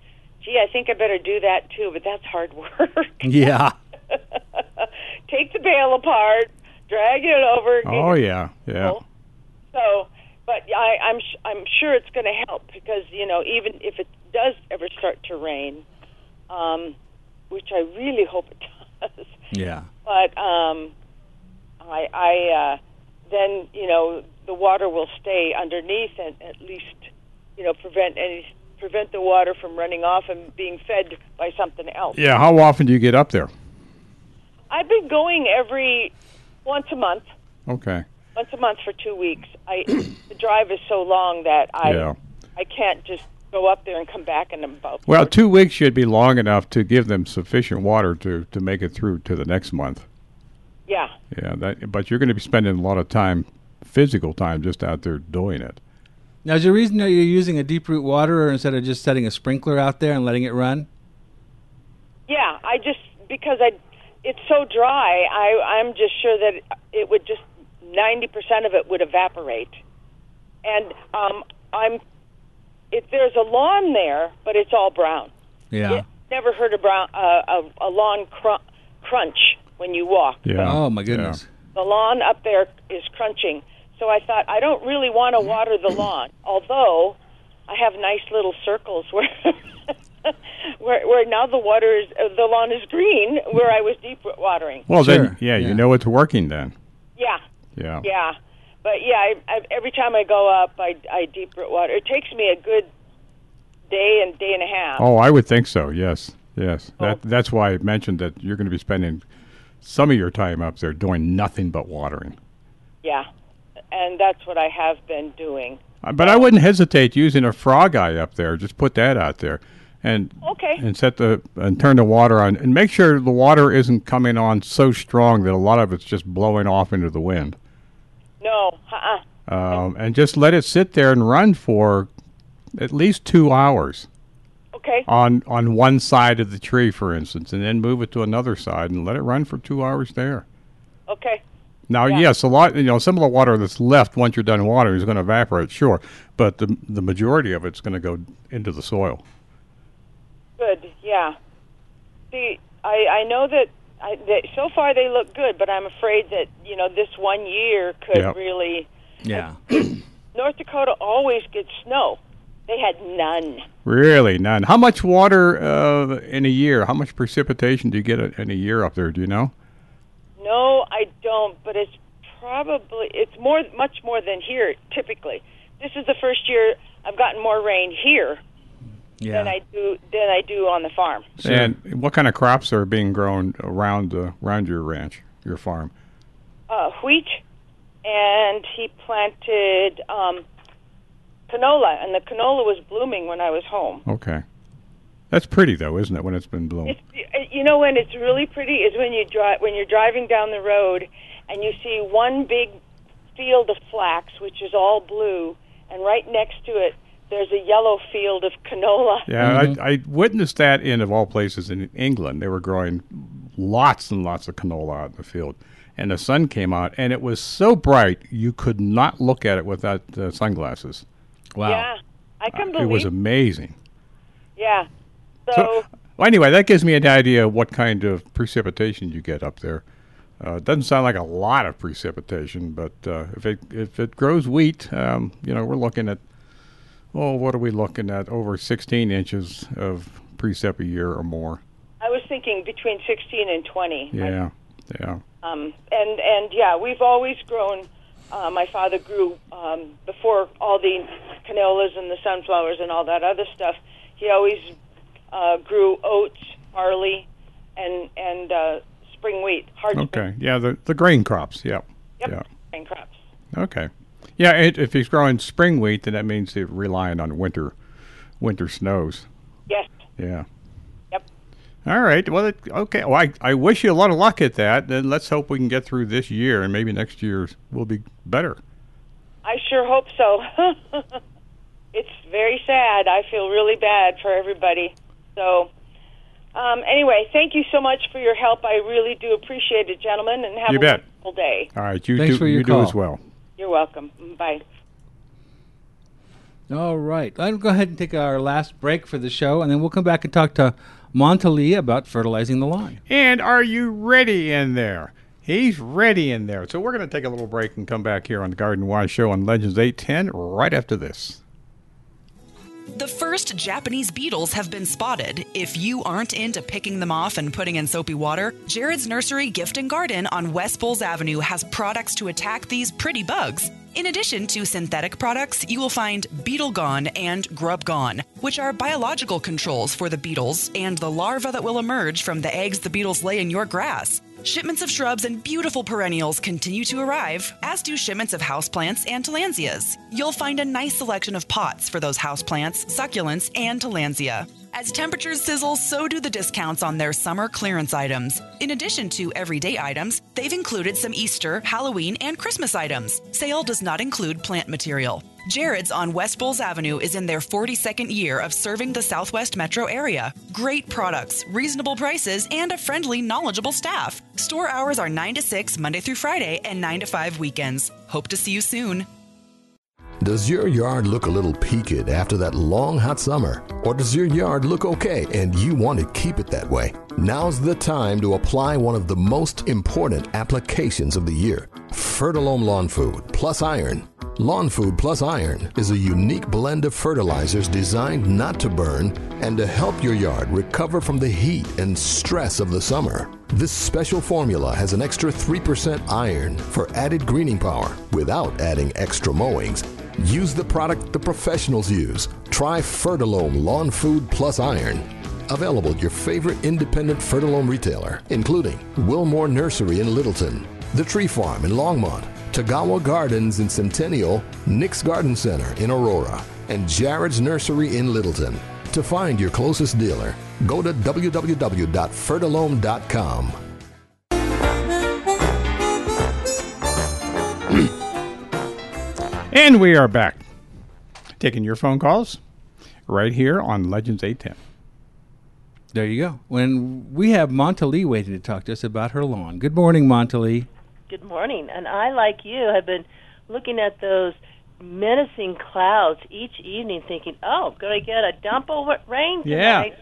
[SPEAKER 12] gee, I think I better do that too. But that's hard work.
[SPEAKER 4] Yeah.
[SPEAKER 12] Take the bale apart, drag it over. get
[SPEAKER 3] Oh
[SPEAKER 12] it-
[SPEAKER 3] yeah, yeah.
[SPEAKER 12] So, but I, I'm sh- I'm sure it's going to help because you know even if it does ever start to rain, um, which I really hope it does.
[SPEAKER 4] Yeah.
[SPEAKER 12] But um, I I uh, then you know the water will stay underneath and at least you know prevent any prevent the water from running off and being fed by something else.
[SPEAKER 3] Yeah, how often do you get up there?
[SPEAKER 12] I've been going every once a month.
[SPEAKER 3] Okay.
[SPEAKER 12] once a month for two weeks. I the drive is so long that I
[SPEAKER 3] Yeah.
[SPEAKER 12] I can't just go up there and come back in about.
[SPEAKER 3] Well, two weeks should be long enough to give them sufficient water to, to make it through to the next month.
[SPEAKER 12] Yeah,
[SPEAKER 3] Yeah, that, but you're going to be spending a lot of time, physical time, just out there doing it.
[SPEAKER 4] Now, is the reason that you're using a deep root waterer instead of just setting a sprinkler out there and letting it run?
[SPEAKER 12] yeah. I just because I it's so dry. I I'm just sure that it would just ninety percent of it would evaporate, and um I'm if there's a lawn there, but it's all brown.
[SPEAKER 4] Yeah.
[SPEAKER 12] Never heard a brown uh, a, a lawn cr- crunch when you walk.
[SPEAKER 4] Yeah. Oh my goodness.
[SPEAKER 12] the lawn up there is crunching. So I thought I don't really want to water the lawn, although I have nice little circles where where, where now the water is uh, the lawn is green where I was deep watering.
[SPEAKER 3] Well, then, yeah, you know it's working then.
[SPEAKER 12] Yeah,
[SPEAKER 3] Yeah.
[SPEAKER 12] yeah, but yeah, I, I, every time I go up, I I deep root water. It takes me a good day and day and a half.
[SPEAKER 3] Oh, I would think so. Yes, yes. That that's why I mentioned that you're going to be spending some of your time up there doing nothing but watering.
[SPEAKER 12] Yeah, and that's what I have been doing.
[SPEAKER 3] Uh, But I wouldn't hesitate using a frog eye up there. Just put that out there, and
[SPEAKER 12] Okay.
[SPEAKER 3] and set the and turn the water on, and make sure the water isn't coming on so strong that a lot of it's just blowing off into the wind.
[SPEAKER 12] No, uh-uh.
[SPEAKER 3] Um, and just let it sit there and run for at least two hours
[SPEAKER 12] okay.
[SPEAKER 3] on on one side of the tree, for instance, and then move it to another side and let it run for two hours there.
[SPEAKER 12] Okay.
[SPEAKER 3] Now, yes, a lot, you know, some of the water that's left once you're done watering is going to evaporate, sure, but the, the majority of it's going to go into the soil.
[SPEAKER 12] Good, yeah. See, I I know that I that so far they look good, but I'm afraid that you know this one year could
[SPEAKER 4] Yep.
[SPEAKER 12] really.
[SPEAKER 4] Yeah.
[SPEAKER 12] North Dakota always gets snow. They had none.
[SPEAKER 3] Really, none. How much water uh, in a year? How much precipitation do you get a- in a year up there? Do you know?
[SPEAKER 12] No, I don't. But it's probably it's more much more than here typically. This is the first year I've gotten more rain here
[SPEAKER 3] Yeah.
[SPEAKER 12] than I do than I do on the farm.
[SPEAKER 3] And what kind of crops are being grown around uh, around your ranch, your farm?
[SPEAKER 12] uh, wheat, and he planted um, canola, and the canola was blooming when I was home.
[SPEAKER 3] Okay, that's pretty though, isn't it? When it's been blown.
[SPEAKER 12] It's, you know, when it's really pretty is when you drive when you're driving down the road and you see one big field of flax, which is all blue, and right next to it there's a yellow field of canola.
[SPEAKER 3] Yeah, I, I witnessed that in, of all places, in England. They were growing lots and lots of canola out in the field. And the sun came out, and it was so bright, you could not look at it without uh, sunglasses.
[SPEAKER 12] Yeah, I can
[SPEAKER 3] It
[SPEAKER 12] believe.
[SPEAKER 3] was amazing.
[SPEAKER 12] yeah. So,
[SPEAKER 3] Well, anyway, that gives me an idea of what kind of precipitation you get up there. Uh, it doesn't sound like a lot of precipitation, but uh, if it if it grows wheat, um, you know, we're looking at oh, what are we looking at? Over 16 inches of precip a year or more.
[SPEAKER 12] I was thinking between 16 and 20.
[SPEAKER 3] Yeah, yeah.
[SPEAKER 12] Um, and and yeah, we've always grown. Uh, my father grew um, before all the canolas and the sunflowers and all that other stuff. He always uh, grew oats, barley, and and uh, spring wheat, hard
[SPEAKER 3] Okay. Yeah, the the grain crops. Yeah.
[SPEAKER 12] spring crops.
[SPEAKER 3] Yeah. Okay. Yeah, it, if he's growing spring wheat, then that means they're relying on winter winter snows.
[SPEAKER 12] Yes.
[SPEAKER 3] Yeah. Yep. All right. Well, it, okay. Well, I, I wish you a lot of luck at that. Then let's hope we can get through this year, and maybe next year will be better.
[SPEAKER 12] I sure hope so. it's very sad. I feel really bad for everybody. So um, anyway, thank you so much for your help. I really do appreciate it, gentlemen, and have
[SPEAKER 3] You
[SPEAKER 12] a
[SPEAKER 3] bet.
[SPEAKER 12] wonderful day.
[SPEAKER 3] All right. You
[SPEAKER 4] Thanks
[SPEAKER 3] do
[SPEAKER 4] for your
[SPEAKER 3] you
[SPEAKER 4] call.
[SPEAKER 3] do as well.
[SPEAKER 12] You're welcome. Bye.
[SPEAKER 4] All right. I'll go ahead and take our last break for the show, and then we'll come back and talk to Montalia about fertilizing the lawn.
[SPEAKER 3] And are you ready in there? He's ready in there. So we're going to take a little break and come back here on the Garden Wise Show on Legends 810 right after this.
[SPEAKER 13] The first Japanese beetles have been spotted. If you aren't into picking them off and putting in soapy water, Jared's Nursery Gift and Garden on West Bulls Avenue has products to attack these pretty bugs. In addition to synthetic products, you will find Beetle Gone and Grub Gone, which are biological controls for the beetles and the larvae that will emerge from the eggs the beetles lay in your grass. Shipments of shrubs and beautiful perennials continue to arrive, as do shipments of houseplants and talansias. You'll find a nice selection of pots for those houseplants, succulents, and talansia. As temperatures sizzle, so do the discounts on their summer clearance items. In addition to everyday items, they've included some Easter, Halloween, and Christmas items. Sale does not include plant material. Jared's on West Bulls Avenue is in their 42nd year of serving the Southwest metro area. Great products, reasonable prices, and a friendly, knowledgeable staff. Store hours are 9 to 6 Monday through Friday and 9 to 5 weekends. Hope to see you soon.
[SPEAKER 14] Does your yard look a little peaked after that long hot summer? Or does your yard look okay and you want to keep it that way? Now's the time to apply one of the most important applications of the year Fertilome Lawn Food Plus Iron. Lawn Food Plus Iron is a unique blend of fertilizers designed not to burn and to help your yard recover from the heat and stress of the summer. This special formula has an extra 3% iron for added greening power without adding extra mowings. Use the product the professionals use. Try Fertilome Lawn Food Plus Iron. Available at your favorite independent Fertilome retailer, including Wilmore Nursery in Littleton, The Tree Farm in Longmont, Tagawa Gardens in Centennial, Nick's Garden Center in Aurora, and Jared's Nursery in Littleton. To find your closest dealer, go to www.fertilome.com.
[SPEAKER 3] And we are back. Taking your phone calls right here on Legends 810.
[SPEAKER 4] There you go. When we have Montalie waiting to talk to us about her lawn. Good morning, Montalie.
[SPEAKER 15] Good morning. And I, like you, have been looking at those menacing clouds each evening, thinking, "Oh, going to get a dump of wet rain
[SPEAKER 4] Yeah.
[SPEAKER 15] tonight."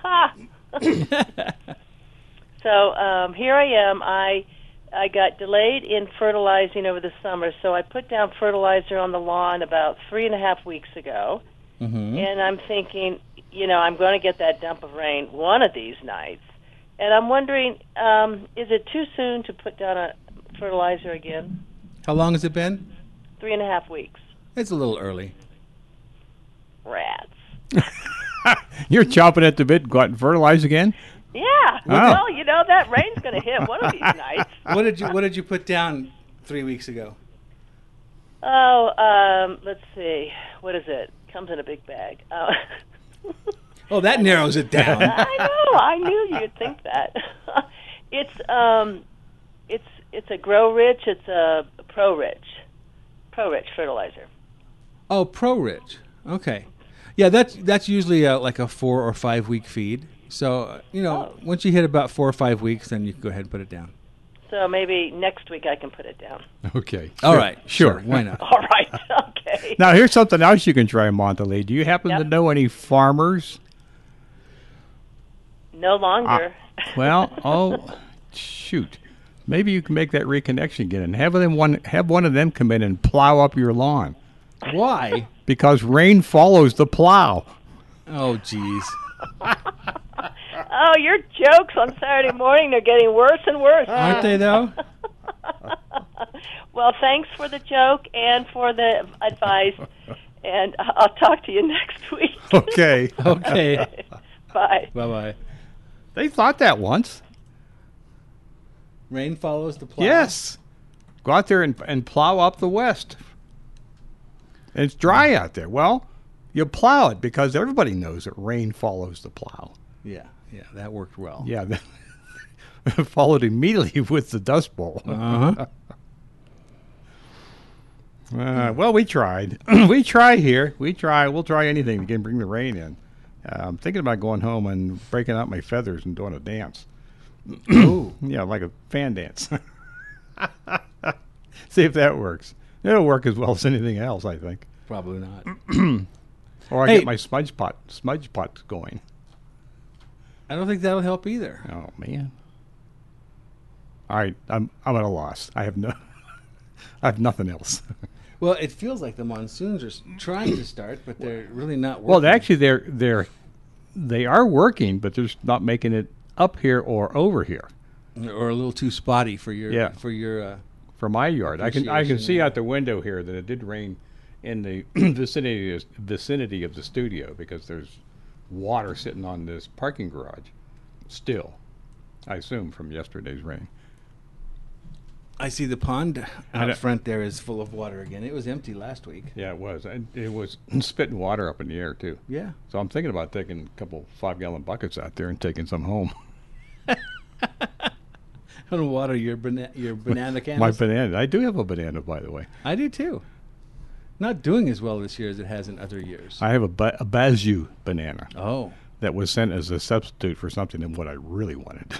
[SPEAKER 15] Ha! so um, here I am. I I got delayed in fertilizing over the summer, so I put down fertilizer on the lawn about three and a half weeks ago,
[SPEAKER 3] Mm-hmm.
[SPEAKER 4] Mm-hmm.
[SPEAKER 15] and I'm thinking, you know, I'm going to get that dump of rain one of these nights. And I'm wondering, um, is it too soon to put down a fertilizer again?
[SPEAKER 4] How long has it been?
[SPEAKER 15] Three and a half weeks.
[SPEAKER 4] It's a little early.
[SPEAKER 15] Rats.
[SPEAKER 3] You're chopping at the bit, go out and fertilize again?
[SPEAKER 15] Yeah.
[SPEAKER 3] Wow.
[SPEAKER 15] Well, you know that rain's going to hit one of these nights.
[SPEAKER 4] Oh. What did you What did you put down three weeks ago?
[SPEAKER 15] Oh, um, let's see. What is it? Comes in a big bag. Uh,
[SPEAKER 4] Oh, that narrows it down.
[SPEAKER 15] I know. I knew you'd think that. it's um, it's it's a grow rich. It's a pro rich, pro rich fertilizer.
[SPEAKER 4] oh, Pro Rich. Okay, yeah, that's that's usually uh like a four or five week feed. So uh, you know, once you hit about four or five weeks, then you can go ahead and put it down.
[SPEAKER 15] So maybe next week I can put it down.
[SPEAKER 3] Okay.
[SPEAKER 4] All right.
[SPEAKER 3] Sure.
[SPEAKER 4] Why not?
[SPEAKER 15] All right. Okay.
[SPEAKER 3] Now, here's something else you can try, Mondelez. Do you happen to know any farmers?
[SPEAKER 15] No longer.
[SPEAKER 3] Well, oh, shoot. Maybe you can make that reconnection again and have them one have one of them come in and plow up your lawn
[SPEAKER 4] Why?
[SPEAKER 3] because rain follows the plow.
[SPEAKER 4] Oh, jeez. Ah.
[SPEAKER 15] oh, your jokes on Saturday morning are getting worse and worse.
[SPEAKER 4] Aren't they though?
[SPEAKER 15] Well, thanks for the joke and for the advice, and I- I'll talk to you next week.
[SPEAKER 3] Okay.
[SPEAKER 4] Okay.
[SPEAKER 15] Bye.
[SPEAKER 4] Bye bye.
[SPEAKER 3] They thought that once.
[SPEAKER 4] Rain follows the plow.
[SPEAKER 3] Yes. Go out there and, and plow up the west. And it's dry out there. Well, you plow it because everybody knows that rain follows the plow.
[SPEAKER 4] Yeah. Yeah. That worked well.
[SPEAKER 3] Yeah. that- Followed immediately with the Dust Bowl.
[SPEAKER 4] Uh-huh.
[SPEAKER 3] Uh, well, we tried. we try here. We try. We'll try anything. We can bring the rain in. Uh, I'm thinking about going home and breaking out my feathers and doing a dance.
[SPEAKER 4] Ooh.
[SPEAKER 3] Yeah, like a fan dance. See if that works. It'll work as well as anything else, I think.
[SPEAKER 4] Probably not.
[SPEAKER 3] Or I
[SPEAKER 4] Hey.
[SPEAKER 3] get my smudge pot smudge pots going.
[SPEAKER 4] I don't think that'll help either.
[SPEAKER 3] Oh man. All right, I'm I'm at a loss. I have no I have nothing else.
[SPEAKER 4] Well, it feels like the monsoons are s- trying to start, but they're really not working.
[SPEAKER 3] Well, they- actually, they're they're they are working, but they're just not making it up here or over here
[SPEAKER 4] or a little too spotty for your
[SPEAKER 3] Yeah.
[SPEAKER 4] for your uh,
[SPEAKER 3] for my yard. I can I can
[SPEAKER 4] Appreciation,
[SPEAKER 3] see
[SPEAKER 4] yeah.
[SPEAKER 3] out the window here that it did rain in the vicinity of, vicinity of the studio because there's water sitting on this parking garage still. I assume from yesterday's rain.
[SPEAKER 4] I see the pond
[SPEAKER 3] I
[SPEAKER 4] out
[SPEAKER 3] don't-
[SPEAKER 4] front there is full of water again. It was empty last week.
[SPEAKER 3] Yeah, it was. And It was spitting water up in the air too.
[SPEAKER 4] Yeah.
[SPEAKER 3] So I'm thinking about taking a couple five gallon buckets out there and taking some home.
[SPEAKER 4] How to water your banana your banana cans?
[SPEAKER 3] My banana. I do have a banana, by the way.
[SPEAKER 4] I do too. Not doing as well this year as it has in other years.
[SPEAKER 3] I have a, ba- a Bazoo banana.
[SPEAKER 4] Oh.
[SPEAKER 3] That was sent as a substitute for something in what I really wanted.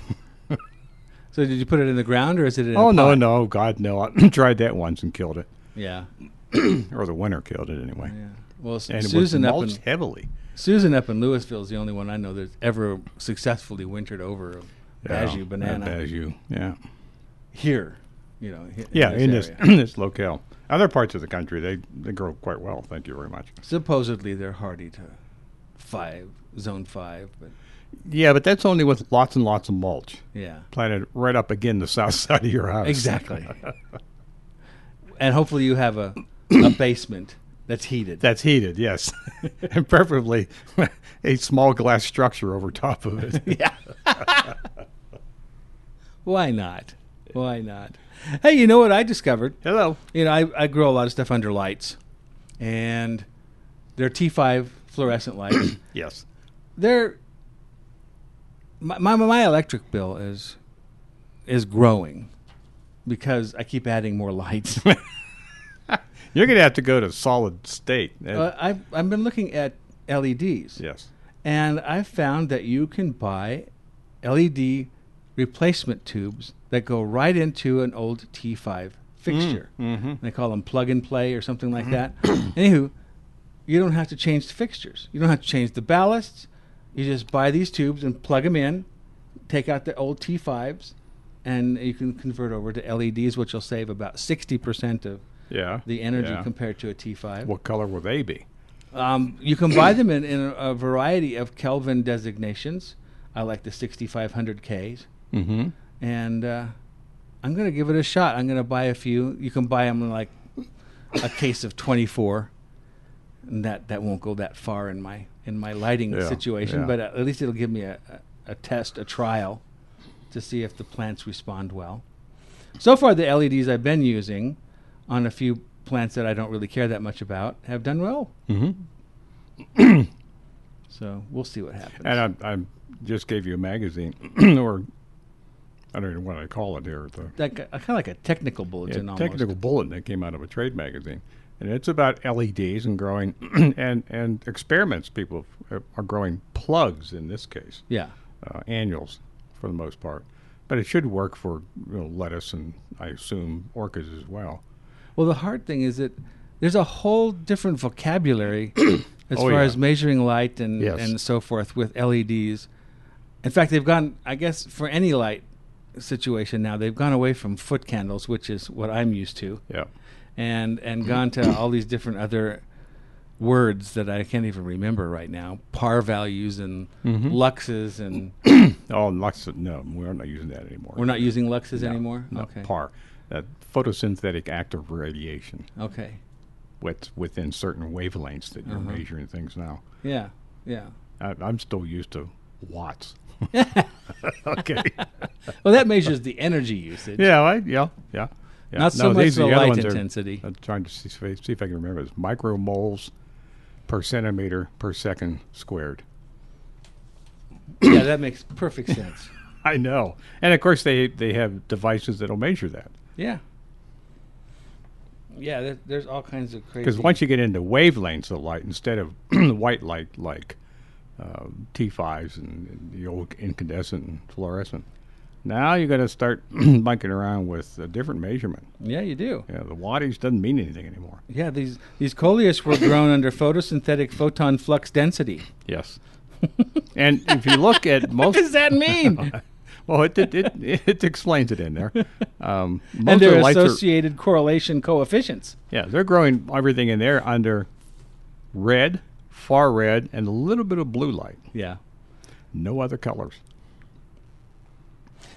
[SPEAKER 4] So did you put it in the ground or is it in?
[SPEAKER 3] oh,
[SPEAKER 4] a
[SPEAKER 3] no,
[SPEAKER 4] pot?
[SPEAKER 3] no. God, no. I tried that once and killed it.
[SPEAKER 4] Yeah.
[SPEAKER 3] or the winter killed it anyway.
[SPEAKER 4] Well, S-
[SPEAKER 3] And it was
[SPEAKER 4] Susan up in,
[SPEAKER 3] mulched heavily.
[SPEAKER 4] Susan up in Louisville is the only one I know that's ever successfully wintered over a
[SPEAKER 3] Yeah,
[SPEAKER 4] Bazoo
[SPEAKER 3] a
[SPEAKER 4] banana.
[SPEAKER 3] Bazoo, yeah.
[SPEAKER 4] Here, you know. he-
[SPEAKER 3] Yeah, in this,
[SPEAKER 4] area.
[SPEAKER 3] in this locale. Other parts of the country, they, they grow quite well. Thank you very much.
[SPEAKER 4] Supposedly they're hardy to five zone five, but
[SPEAKER 3] Yeah, but that's only with lots and lots of mulch.
[SPEAKER 4] Yeah.
[SPEAKER 3] Planted right up again the south side of your house.
[SPEAKER 4] Exactly. and hopefully you have a, a basement that's heated.
[SPEAKER 3] That's heated, yes. and preferably a small glass structure over top of it.
[SPEAKER 4] yeah. Why not? Why not? Hey, you know what I discovered?
[SPEAKER 3] Hello.
[SPEAKER 4] You know, I, I grow a lot of stuff under lights, and they're T5 fluorescent lights.
[SPEAKER 3] yes.
[SPEAKER 4] They're my, my my electric bill is is growing because I keep adding more lights.
[SPEAKER 3] You're going to have to go to solid state. And-
[SPEAKER 4] Uh, I've, I've been looking at E LEDs.
[SPEAKER 3] Yes.
[SPEAKER 4] And I found that you can buy LED E replacement tubes that go right into an old T5 fixture.
[SPEAKER 3] Mm, mm-hmm.
[SPEAKER 4] They call them plug and play or something like that. Anywho, you don't have to change the fixtures. You don't have to change the ballasts. You just buy these tubes and plug them in, take out the old T5s, and you can convert over to E LEDs, which will save about 60% of
[SPEAKER 3] Yeah,
[SPEAKER 4] the energy
[SPEAKER 3] yeah.
[SPEAKER 4] compared to a T5.
[SPEAKER 3] What color will they be?
[SPEAKER 4] Um, you can buy them in, in a, a variety of Kelvin designations. I like the 6500Ks.
[SPEAKER 3] Mm-hmm.
[SPEAKER 4] And uh, I'm going to give it a shot. I'm going to buy a few. You can buy them like a case of 24. And that, that won't go that far in my in my lighting
[SPEAKER 3] Yeah,
[SPEAKER 4] situation,
[SPEAKER 3] yeah.
[SPEAKER 4] but uh, at least it'll give me a, a, a test, a trial to see if the plants respond well. So far, the LEDs I've been using on a few plants that I don't really care that much about have done well.
[SPEAKER 3] Mm-hmm.
[SPEAKER 4] So we'll see what happens.
[SPEAKER 3] And I, I just gave you a magazine, or I don't know what I call it here. The
[SPEAKER 4] Like a- kind of like a technical bulletin
[SPEAKER 3] Yeah,
[SPEAKER 4] almost.
[SPEAKER 3] technical bulletin that came out of a trade magazine, and it's about LEDs and growing and and experiments. People f- uh, are growing plugs in this case.
[SPEAKER 4] Yeah.
[SPEAKER 3] uh, annuals for the most part, but it should work for you know, lettuce and I assume orchids as well.
[SPEAKER 4] Well, the hard thing is that there's a whole different vocabulary as
[SPEAKER 3] Oh,
[SPEAKER 4] far
[SPEAKER 3] yeah.
[SPEAKER 4] as measuring light and
[SPEAKER 3] Yes.
[SPEAKER 4] and so forth with LEDs. In fact, they've gone. I guess for any light situation now, they've gone away from foot candles, which is what I'm used to.
[SPEAKER 3] Yeah.
[SPEAKER 4] And and gone to all these different other words that I can't even remember right now. Par values and
[SPEAKER 3] Mhm.
[SPEAKER 4] luxes and
[SPEAKER 3] Oh, and Lux, no, we're not using that anymore.
[SPEAKER 4] We're not using Luxes
[SPEAKER 3] No,
[SPEAKER 4] anymore?
[SPEAKER 3] No,
[SPEAKER 4] Okay.
[SPEAKER 3] uh, PAR, that photosynthetic active radiation.
[SPEAKER 4] Okay.
[SPEAKER 3] What's within certain wavelengths that you're
[SPEAKER 4] Uh-huh.
[SPEAKER 3] measuring things now.
[SPEAKER 4] yeah, yeah.
[SPEAKER 3] I, I'm still used to watts. okay.
[SPEAKER 4] Well, that measures the energy usage.
[SPEAKER 3] Yeah, I, yeah, yeah, yeah.
[SPEAKER 4] Not so much
[SPEAKER 3] these are
[SPEAKER 4] the
[SPEAKER 3] other
[SPEAKER 4] light
[SPEAKER 3] ones are-
[SPEAKER 4] intensity.
[SPEAKER 3] I'm trying to see, see if I can remember. It's micromoles per centimeter per second squared.
[SPEAKER 4] yeah, that makes perfect sense.
[SPEAKER 3] I know, and of course they they have devices that'll measure that
[SPEAKER 4] Yeah. Yeah, there, there's all kinds of crazy.
[SPEAKER 3] because once you get into wavelengths of light, instead of white light like uh, T5s and, and the old incandescent and fluorescent, now you got to start monkeying around with a different measurement.
[SPEAKER 4] yeah, you do.
[SPEAKER 3] Yeah, the wattage doesn't mean anything anymore.
[SPEAKER 4] Yeah, these these coleus were grown under photosynthetic photon flux density.
[SPEAKER 3] Yes. and if you look at most,
[SPEAKER 4] does that mean?
[SPEAKER 3] well, it it, it it explains it in there. Um, most
[SPEAKER 4] and
[SPEAKER 3] of the
[SPEAKER 4] their
[SPEAKER 3] lights are-
[SPEAKER 4] associated correlation coefficients.
[SPEAKER 3] yeah, they're growing everything in there under red, far red, and a little bit of blue light.
[SPEAKER 4] Yeah.
[SPEAKER 3] No other colors.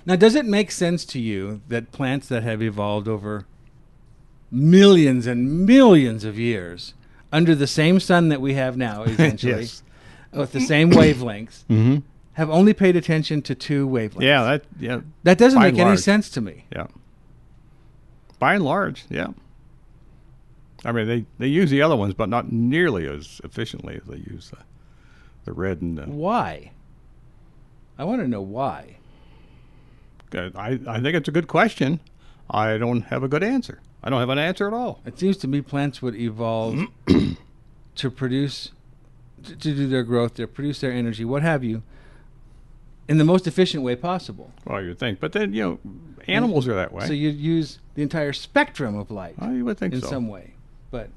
[SPEAKER 4] Now, does it make sense to you that plants that have evolved over millions and millions of years under the same sun that we have now, essentially,
[SPEAKER 3] Yes.
[SPEAKER 4] with the same wavelengths,
[SPEAKER 3] Mm-hmm.
[SPEAKER 4] have only paid attention to two wavelengths?
[SPEAKER 3] Yeah, that yeah.
[SPEAKER 4] That doesn't
[SPEAKER 3] by
[SPEAKER 4] make
[SPEAKER 3] and
[SPEAKER 4] any
[SPEAKER 3] large.
[SPEAKER 4] sense to me.
[SPEAKER 3] Yeah. By and large, yeah. I mean, they, they use the other ones, but not nearly as efficiently as they use the, the red and the
[SPEAKER 4] Why? I want to know why.
[SPEAKER 3] Uh, I, I think it's a good question. I don't have a good answer. I don't Oh, have an answer at all.
[SPEAKER 4] It seems to me plants would evolve to produce, to, to do their growth, to produce their energy, what have you, in the most efficient way possible.
[SPEAKER 3] Well, you would think, but then you know, animals are that way.
[SPEAKER 4] So you'd use the entire spectrum of light
[SPEAKER 3] I would think
[SPEAKER 4] in
[SPEAKER 3] so.
[SPEAKER 4] some way. But,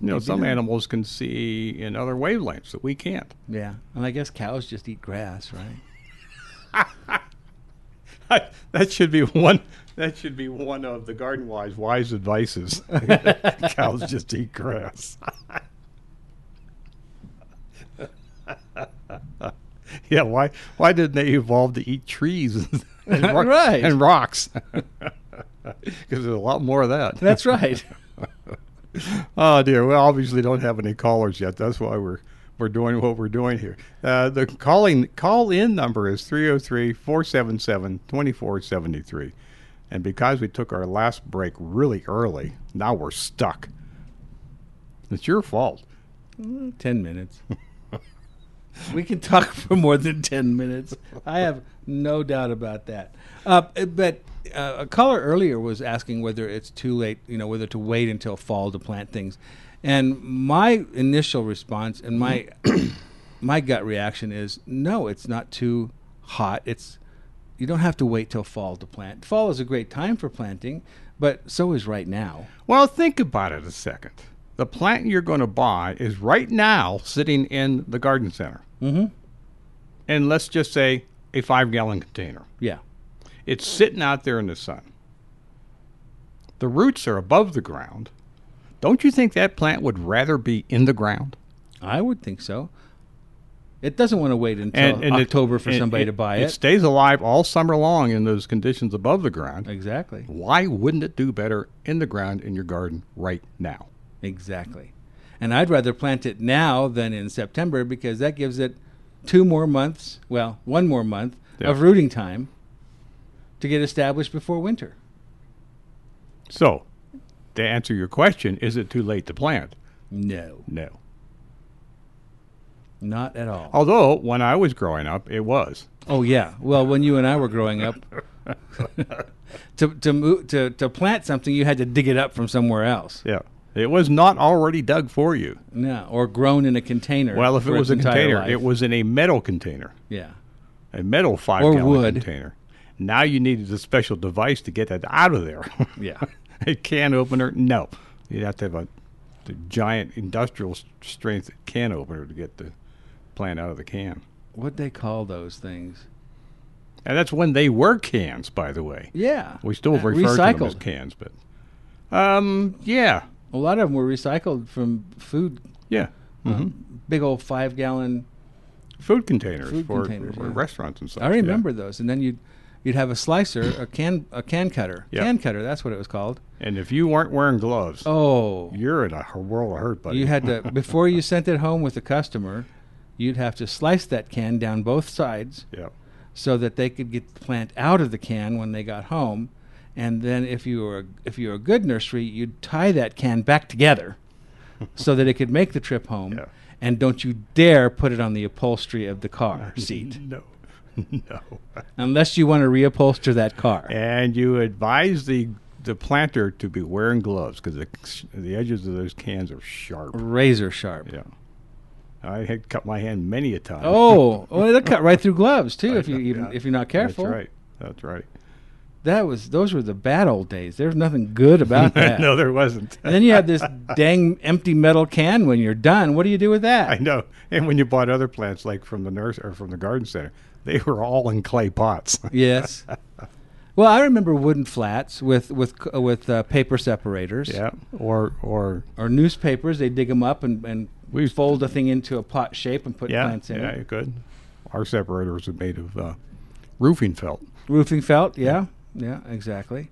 [SPEAKER 3] you know,
[SPEAKER 4] maybe
[SPEAKER 3] some
[SPEAKER 4] not.
[SPEAKER 3] animals can see in other wavelengths that we can't.
[SPEAKER 4] yeah. And I guess cows just eat grass, right?
[SPEAKER 3] that should be one. That should be one of the garden wise wise advices. Cows just eat grass. yeah, why why didn't they evolve to eat trees and, ro-
[SPEAKER 4] Right.
[SPEAKER 3] and rocks? Because there's a lot more of that.
[SPEAKER 4] That's right.
[SPEAKER 3] Oh dear, we obviously don't have any callers yet. That's why we're we're doing what we're doing here. Uh, the calling call in number is 303-477-2473. And because we took our last break really early, now we're stuck. It's your fault.
[SPEAKER 4] 10 minutes. we can talk for more than 10 minutes. I have no doubt about that. Uh, but uh, a caller earlier was asking whether it's too late, you know, whether to wait until fall to plant things. And my initial response and my my gut reaction is no, it's not too hot. It's you don't have to wait till fall to plant. Fall is a great time for planting, but so is right now.
[SPEAKER 3] Well, think about it a second. The plant you're going to buy is right now sitting in the garden center. Mm-hmm. And let's just say a five gallon container.
[SPEAKER 4] Yeah.
[SPEAKER 3] It's sitting out there in the sun. The roots are above the ground. Don't you think that plant would rather be in the ground?
[SPEAKER 4] I would think so. It doesn't want to wait until October for
[SPEAKER 3] and
[SPEAKER 4] somebody to buy
[SPEAKER 3] It
[SPEAKER 4] it.
[SPEAKER 3] stays alive all summer long in those conditions above the ground.
[SPEAKER 4] Exactly.
[SPEAKER 3] Why wouldn't it do better in the ground in your garden right now?
[SPEAKER 4] Exactly. And I'd rather plant it now than in September because that gives it two more months, well, one more month
[SPEAKER 3] Yeah.
[SPEAKER 4] of rooting time to get established before winter.
[SPEAKER 3] So, to answer your question, is it too late to plant?
[SPEAKER 4] No.
[SPEAKER 3] No.
[SPEAKER 4] Not at all.
[SPEAKER 3] Although, when I was growing up, it was.
[SPEAKER 4] Oh yeah. Well, when you and I were growing up, to to move to to plant something, you had to dig it up from somewhere else.
[SPEAKER 3] Yeah. It was not already dug for you.
[SPEAKER 4] No, or grown in a container.
[SPEAKER 3] Well, if it
[SPEAKER 4] for
[SPEAKER 3] was a
[SPEAKER 4] its entire
[SPEAKER 3] container,
[SPEAKER 4] life.
[SPEAKER 3] it was in a metal container,
[SPEAKER 4] yeah.
[SPEAKER 3] a metal five
[SPEAKER 4] Or
[SPEAKER 3] gallon
[SPEAKER 4] wood.
[SPEAKER 3] container. Now you needed a special device to get that out of there.
[SPEAKER 4] Yeah.
[SPEAKER 3] a can opener? No. You'd have to have a, a giant industrial s- strength can opener to get the plant out of the can.
[SPEAKER 4] What they call those things?
[SPEAKER 3] And that's when they were cans, by the way.
[SPEAKER 4] Yeah.
[SPEAKER 3] We still
[SPEAKER 4] Uh,
[SPEAKER 3] refer to them as
[SPEAKER 4] recycled.
[SPEAKER 3] cans, but um, yeah,
[SPEAKER 4] A lot of them were recycled from food.
[SPEAKER 3] yeah.
[SPEAKER 4] Uh,
[SPEAKER 3] hmm
[SPEAKER 4] Big old five gallon.
[SPEAKER 3] food containers
[SPEAKER 4] Food
[SPEAKER 3] for,
[SPEAKER 4] containers,
[SPEAKER 3] for
[SPEAKER 4] yeah.
[SPEAKER 3] restaurants and such.
[SPEAKER 4] I
[SPEAKER 3] yeah.
[SPEAKER 4] remember those, and then you'd you'd have a slicer, a can a can cutter,
[SPEAKER 3] Yeah.
[SPEAKER 4] can cutter. That's what it was called.
[SPEAKER 3] And if you weren't wearing gloves,
[SPEAKER 4] Oh,
[SPEAKER 3] you're in a h- world of hurt, buddy.
[SPEAKER 4] You had to before you sent it home with the customer, you'd have to slice that can down both sides
[SPEAKER 3] Yep.
[SPEAKER 4] so that they could get the plant out of the can when they got home. And then if you were a, if you were a good nursery, you'd tie that can back together so that it could make the trip home.
[SPEAKER 3] Yeah.
[SPEAKER 4] And don't you dare put it on the upholstery of the car seat
[SPEAKER 3] No. No.
[SPEAKER 4] unless you want to reupholster that car.
[SPEAKER 3] And you advise the the planter to be wearing gloves because the, c- the edges of those cans are sharp.
[SPEAKER 4] Razor sharp.
[SPEAKER 3] Yeah. I had cut my hand many a time.
[SPEAKER 4] Oh, well, it'll cut right through gloves too if you even
[SPEAKER 3] Yeah.
[SPEAKER 4] if you're not careful.
[SPEAKER 3] That's right. That's right.
[SPEAKER 4] That was those were the bad old days. There's nothing good about that.
[SPEAKER 3] no, there wasn't.
[SPEAKER 4] And then you have this dang empty metal can when you're done. What do you do with that?
[SPEAKER 3] I know. And when you bought other plants, like from the nurse or from the garden center, they were all in clay pots.
[SPEAKER 4] Yes. Well, I remember wooden flats with with c- uh, with uh, paper separators.
[SPEAKER 3] yeah. Or or
[SPEAKER 4] Or newspapers, they dig them up and and we fold the thing into a pot shape and put
[SPEAKER 3] yeah,
[SPEAKER 4] plants in
[SPEAKER 3] yeah,
[SPEAKER 4] it.
[SPEAKER 3] you could. Our separators are made of uh, roofing felt.
[SPEAKER 4] Roofing felt, yeah, yeah, exactly.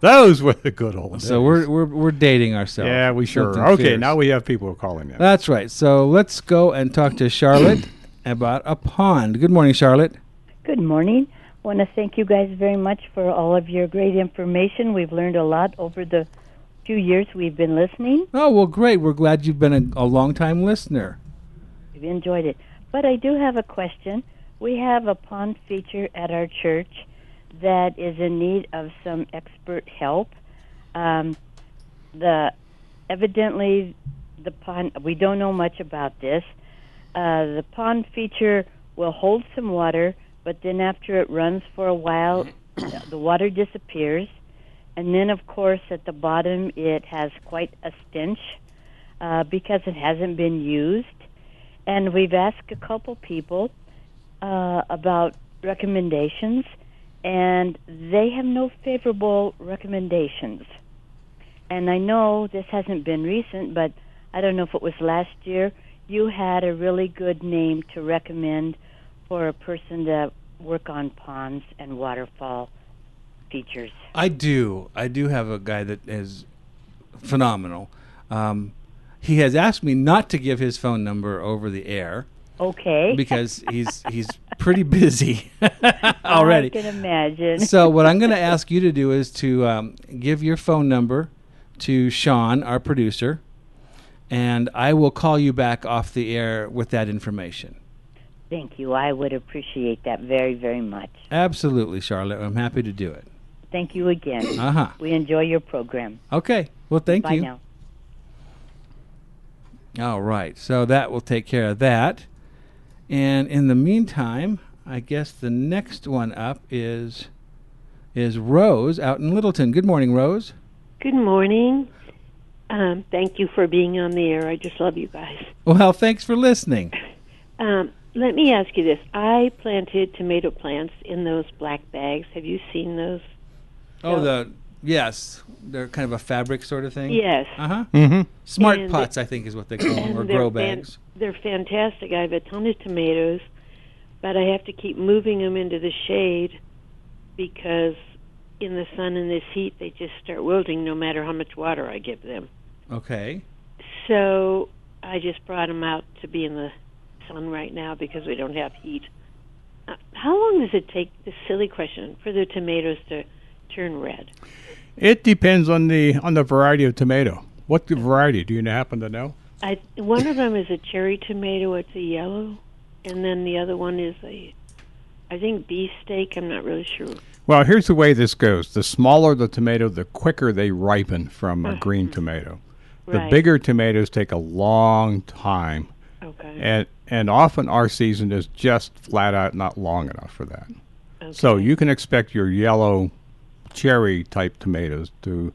[SPEAKER 3] Those were the good old days.
[SPEAKER 4] So we're we're we're dating ourselves.
[SPEAKER 3] yeah, we sure
[SPEAKER 4] Something
[SPEAKER 3] are. Okay,
[SPEAKER 4] fierce.
[SPEAKER 3] now we have people calling in.
[SPEAKER 4] That's right. So let's go and talk to Charlotte about a pond. Good morning, Charlotte.
[SPEAKER 16] Good morning. want to thank you guys very much for all of your great information. We've learned a lot over the few years we've been listening.
[SPEAKER 4] Oh well, great. We're glad you've been a, a long time listener.
[SPEAKER 16] We've enjoyed it. But I do have a question. We have a pond feature at our church that is in need of some expert help. Um, the evidently the pond we don't know much about this. Uh, the pond feature will hold some water, but then after it runs for a while, the water disappears, and then of course at the bottom it has quite a stench uh, because it hasn't been used. And we've asked a couple people uh, about recommendations, and they have no favorable recommendations. And I know this hasn't been recent, but I don't know if it was last year. You had a really good name to recommend for a person to work on ponds and waterfall features.
[SPEAKER 4] I do. I do have a guy that is phenomenal. Um, he has asked me not to give his phone number over the air
[SPEAKER 16] Okay.
[SPEAKER 4] because he's he's pretty busy already.
[SPEAKER 16] I can imagine.
[SPEAKER 4] so what I'm going to ask you to do is to um, give your phone number to Sean, our producer, and I will call you back off the air with that information.
[SPEAKER 16] Thank you. I would appreciate that very, very much.
[SPEAKER 4] Absolutely, Charlotte. I'm happy to do it.
[SPEAKER 16] Thank you again.
[SPEAKER 4] Uh huh.
[SPEAKER 16] We enjoy your program.
[SPEAKER 4] Okay. Well, thank
[SPEAKER 16] Bye
[SPEAKER 4] you.
[SPEAKER 16] now.
[SPEAKER 4] All right. So that will take care of that. And in the meantime, I guess the next one up is is Rose out in Littleton. Good morning, Rose.
[SPEAKER 17] Good morning. Um, thank you for being on the air. I just love you guys.
[SPEAKER 4] Well, thanks for listening.
[SPEAKER 17] Um, let me ask you this. I planted tomato plants in those black bags. Have you seen those?
[SPEAKER 4] Oh, the yes, they're kind of a fabric sort of thing.
[SPEAKER 17] Yes.
[SPEAKER 4] Uh huh.
[SPEAKER 17] Mhm.
[SPEAKER 4] Smart
[SPEAKER 17] And
[SPEAKER 4] pots, I think, is what they call them,
[SPEAKER 17] And
[SPEAKER 4] or
[SPEAKER 17] they're
[SPEAKER 4] grow
[SPEAKER 17] fan-
[SPEAKER 4] bags.
[SPEAKER 17] they're fantastic. I have a ton of tomatoes, but I have to keep moving them into the shade because in the sun and this heat, they just start wilting no matter how much water I give them.
[SPEAKER 4] Okay.
[SPEAKER 17] So I just brought them out to be in the sun right now because we don't have heat. Uh, how long does it take? This silly question for the tomatoes to turn red.
[SPEAKER 3] It depends on the on the variety of tomato. What variety do you happen to know?
[SPEAKER 17] I one of them is a cherry tomato. It's a yellow, and then the other one is a, I think beefsteak. I'm not really sure.
[SPEAKER 3] Well, here's the way this goes. The smaller the tomato, the quicker they ripen from a green tomato. The
[SPEAKER 17] Mm-hmm. Right.
[SPEAKER 3] bigger tomatoes take a long time.
[SPEAKER 17] Okay.
[SPEAKER 3] And and often our season is just flat out not long enough for that. So you can expect your yellow cherry type tomatoes to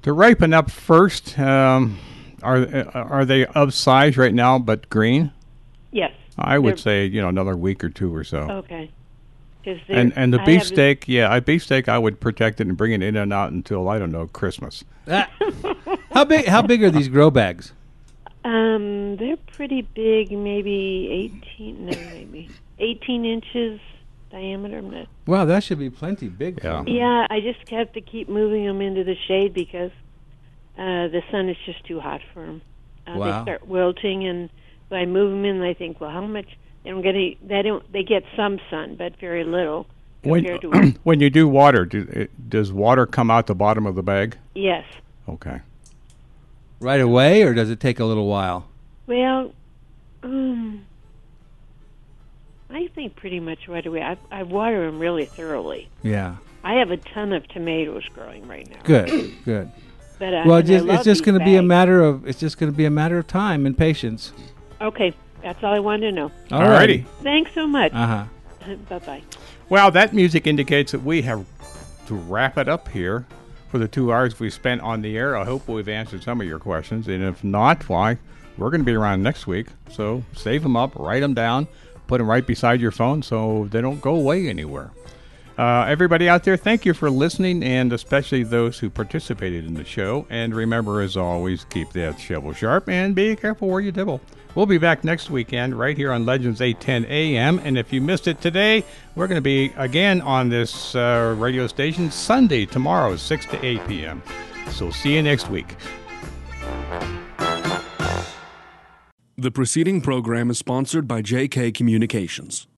[SPEAKER 3] to ripen up first. Um, are are they of size right now but green?
[SPEAKER 17] Yes.
[SPEAKER 3] I would
[SPEAKER 17] They're- Oh,
[SPEAKER 3] say, you know, another week or two or so.
[SPEAKER 17] Okay. 'Cause they're-
[SPEAKER 3] And and the
[SPEAKER 17] I have this-
[SPEAKER 3] beefsteak, yeah, a beefsteak, I would protect it and bring it in and out until I don't know Christmas.
[SPEAKER 4] How big? How big are these grow bags?
[SPEAKER 17] Um, they're pretty big, maybe eighteen, no, maybe eighteen inches diameter. I'm not.
[SPEAKER 4] Wow, that should be plenty big. Yeah.
[SPEAKER 17] Yeah, I just have to keep moving them into the shade because uh, the sun is just too hot for them. Uh,
[SPEAKER 4] Wow.
[SPEAKER 17] They start wilting, and I move them in. I think, well, how much? They don't get any, they don't they get some sun, but very little
[SPEAKER 3] When
[SPEAKER 17] compared to
[SPEAKER 3] when you do water, do, it, does water come out the bottom of the bag?
[SPEAKER 17] yes.
[SPEAKER 3] Okay.
[SPEAKER 4] Right away, or does it take a little while?
[SPEAKER 17] Well, um, I think pretty much right away. I, I water them really thoroughly.
[SPEAKER 4] Yeah.
[SPEAKER 17] I have a ton of tomatoes growing right now.
[SPEAKER 4] Good. Good.
[SPEAKER 17] But I,
[SPEAKER 4] well,
[SPEAKER 17] I
[SPEAKER 4] it's just,
[SPEAKER 17] love
[SPEAKER 4] it's just
[SPEAKER 17] these
[SPEAKER 4] going to be a
[SPEAKER 17] bags.
[SPEAKER 4] matter of it's just going to be a matter of time and patience.
[SPEAKER 17] Okay, that's all I wanted to know.
[SPEAKER 3] Alrighty.
[SPEAKER 17] Thanks so much.
[SPEAKER 3] Uh-huh.
[SPEAKER 17] bye bye.
[SPEAKER 3] Well, that music indicates that we have to wrap it up here for the two hours we spent on the air. I hope we've answered some of your questions, and if not, why we're going to be around next week. So save them up, write them down, put them right beside your phone so they don't go away anywhere. Uh, everybody out there, thank you for listening, and especially those who participated in the show. And remember, as always, keep that shovel sharp and be careful where you dibble. We'll be back next weekend right here on Legends 810 AM. And if you missed it today, we're going to be again on this uh, radio station Sunday, tomorrow, 6 to 8 p.m. So see you next week.
[SPEAKER 18] The preceding program is sponsored by JK Communications.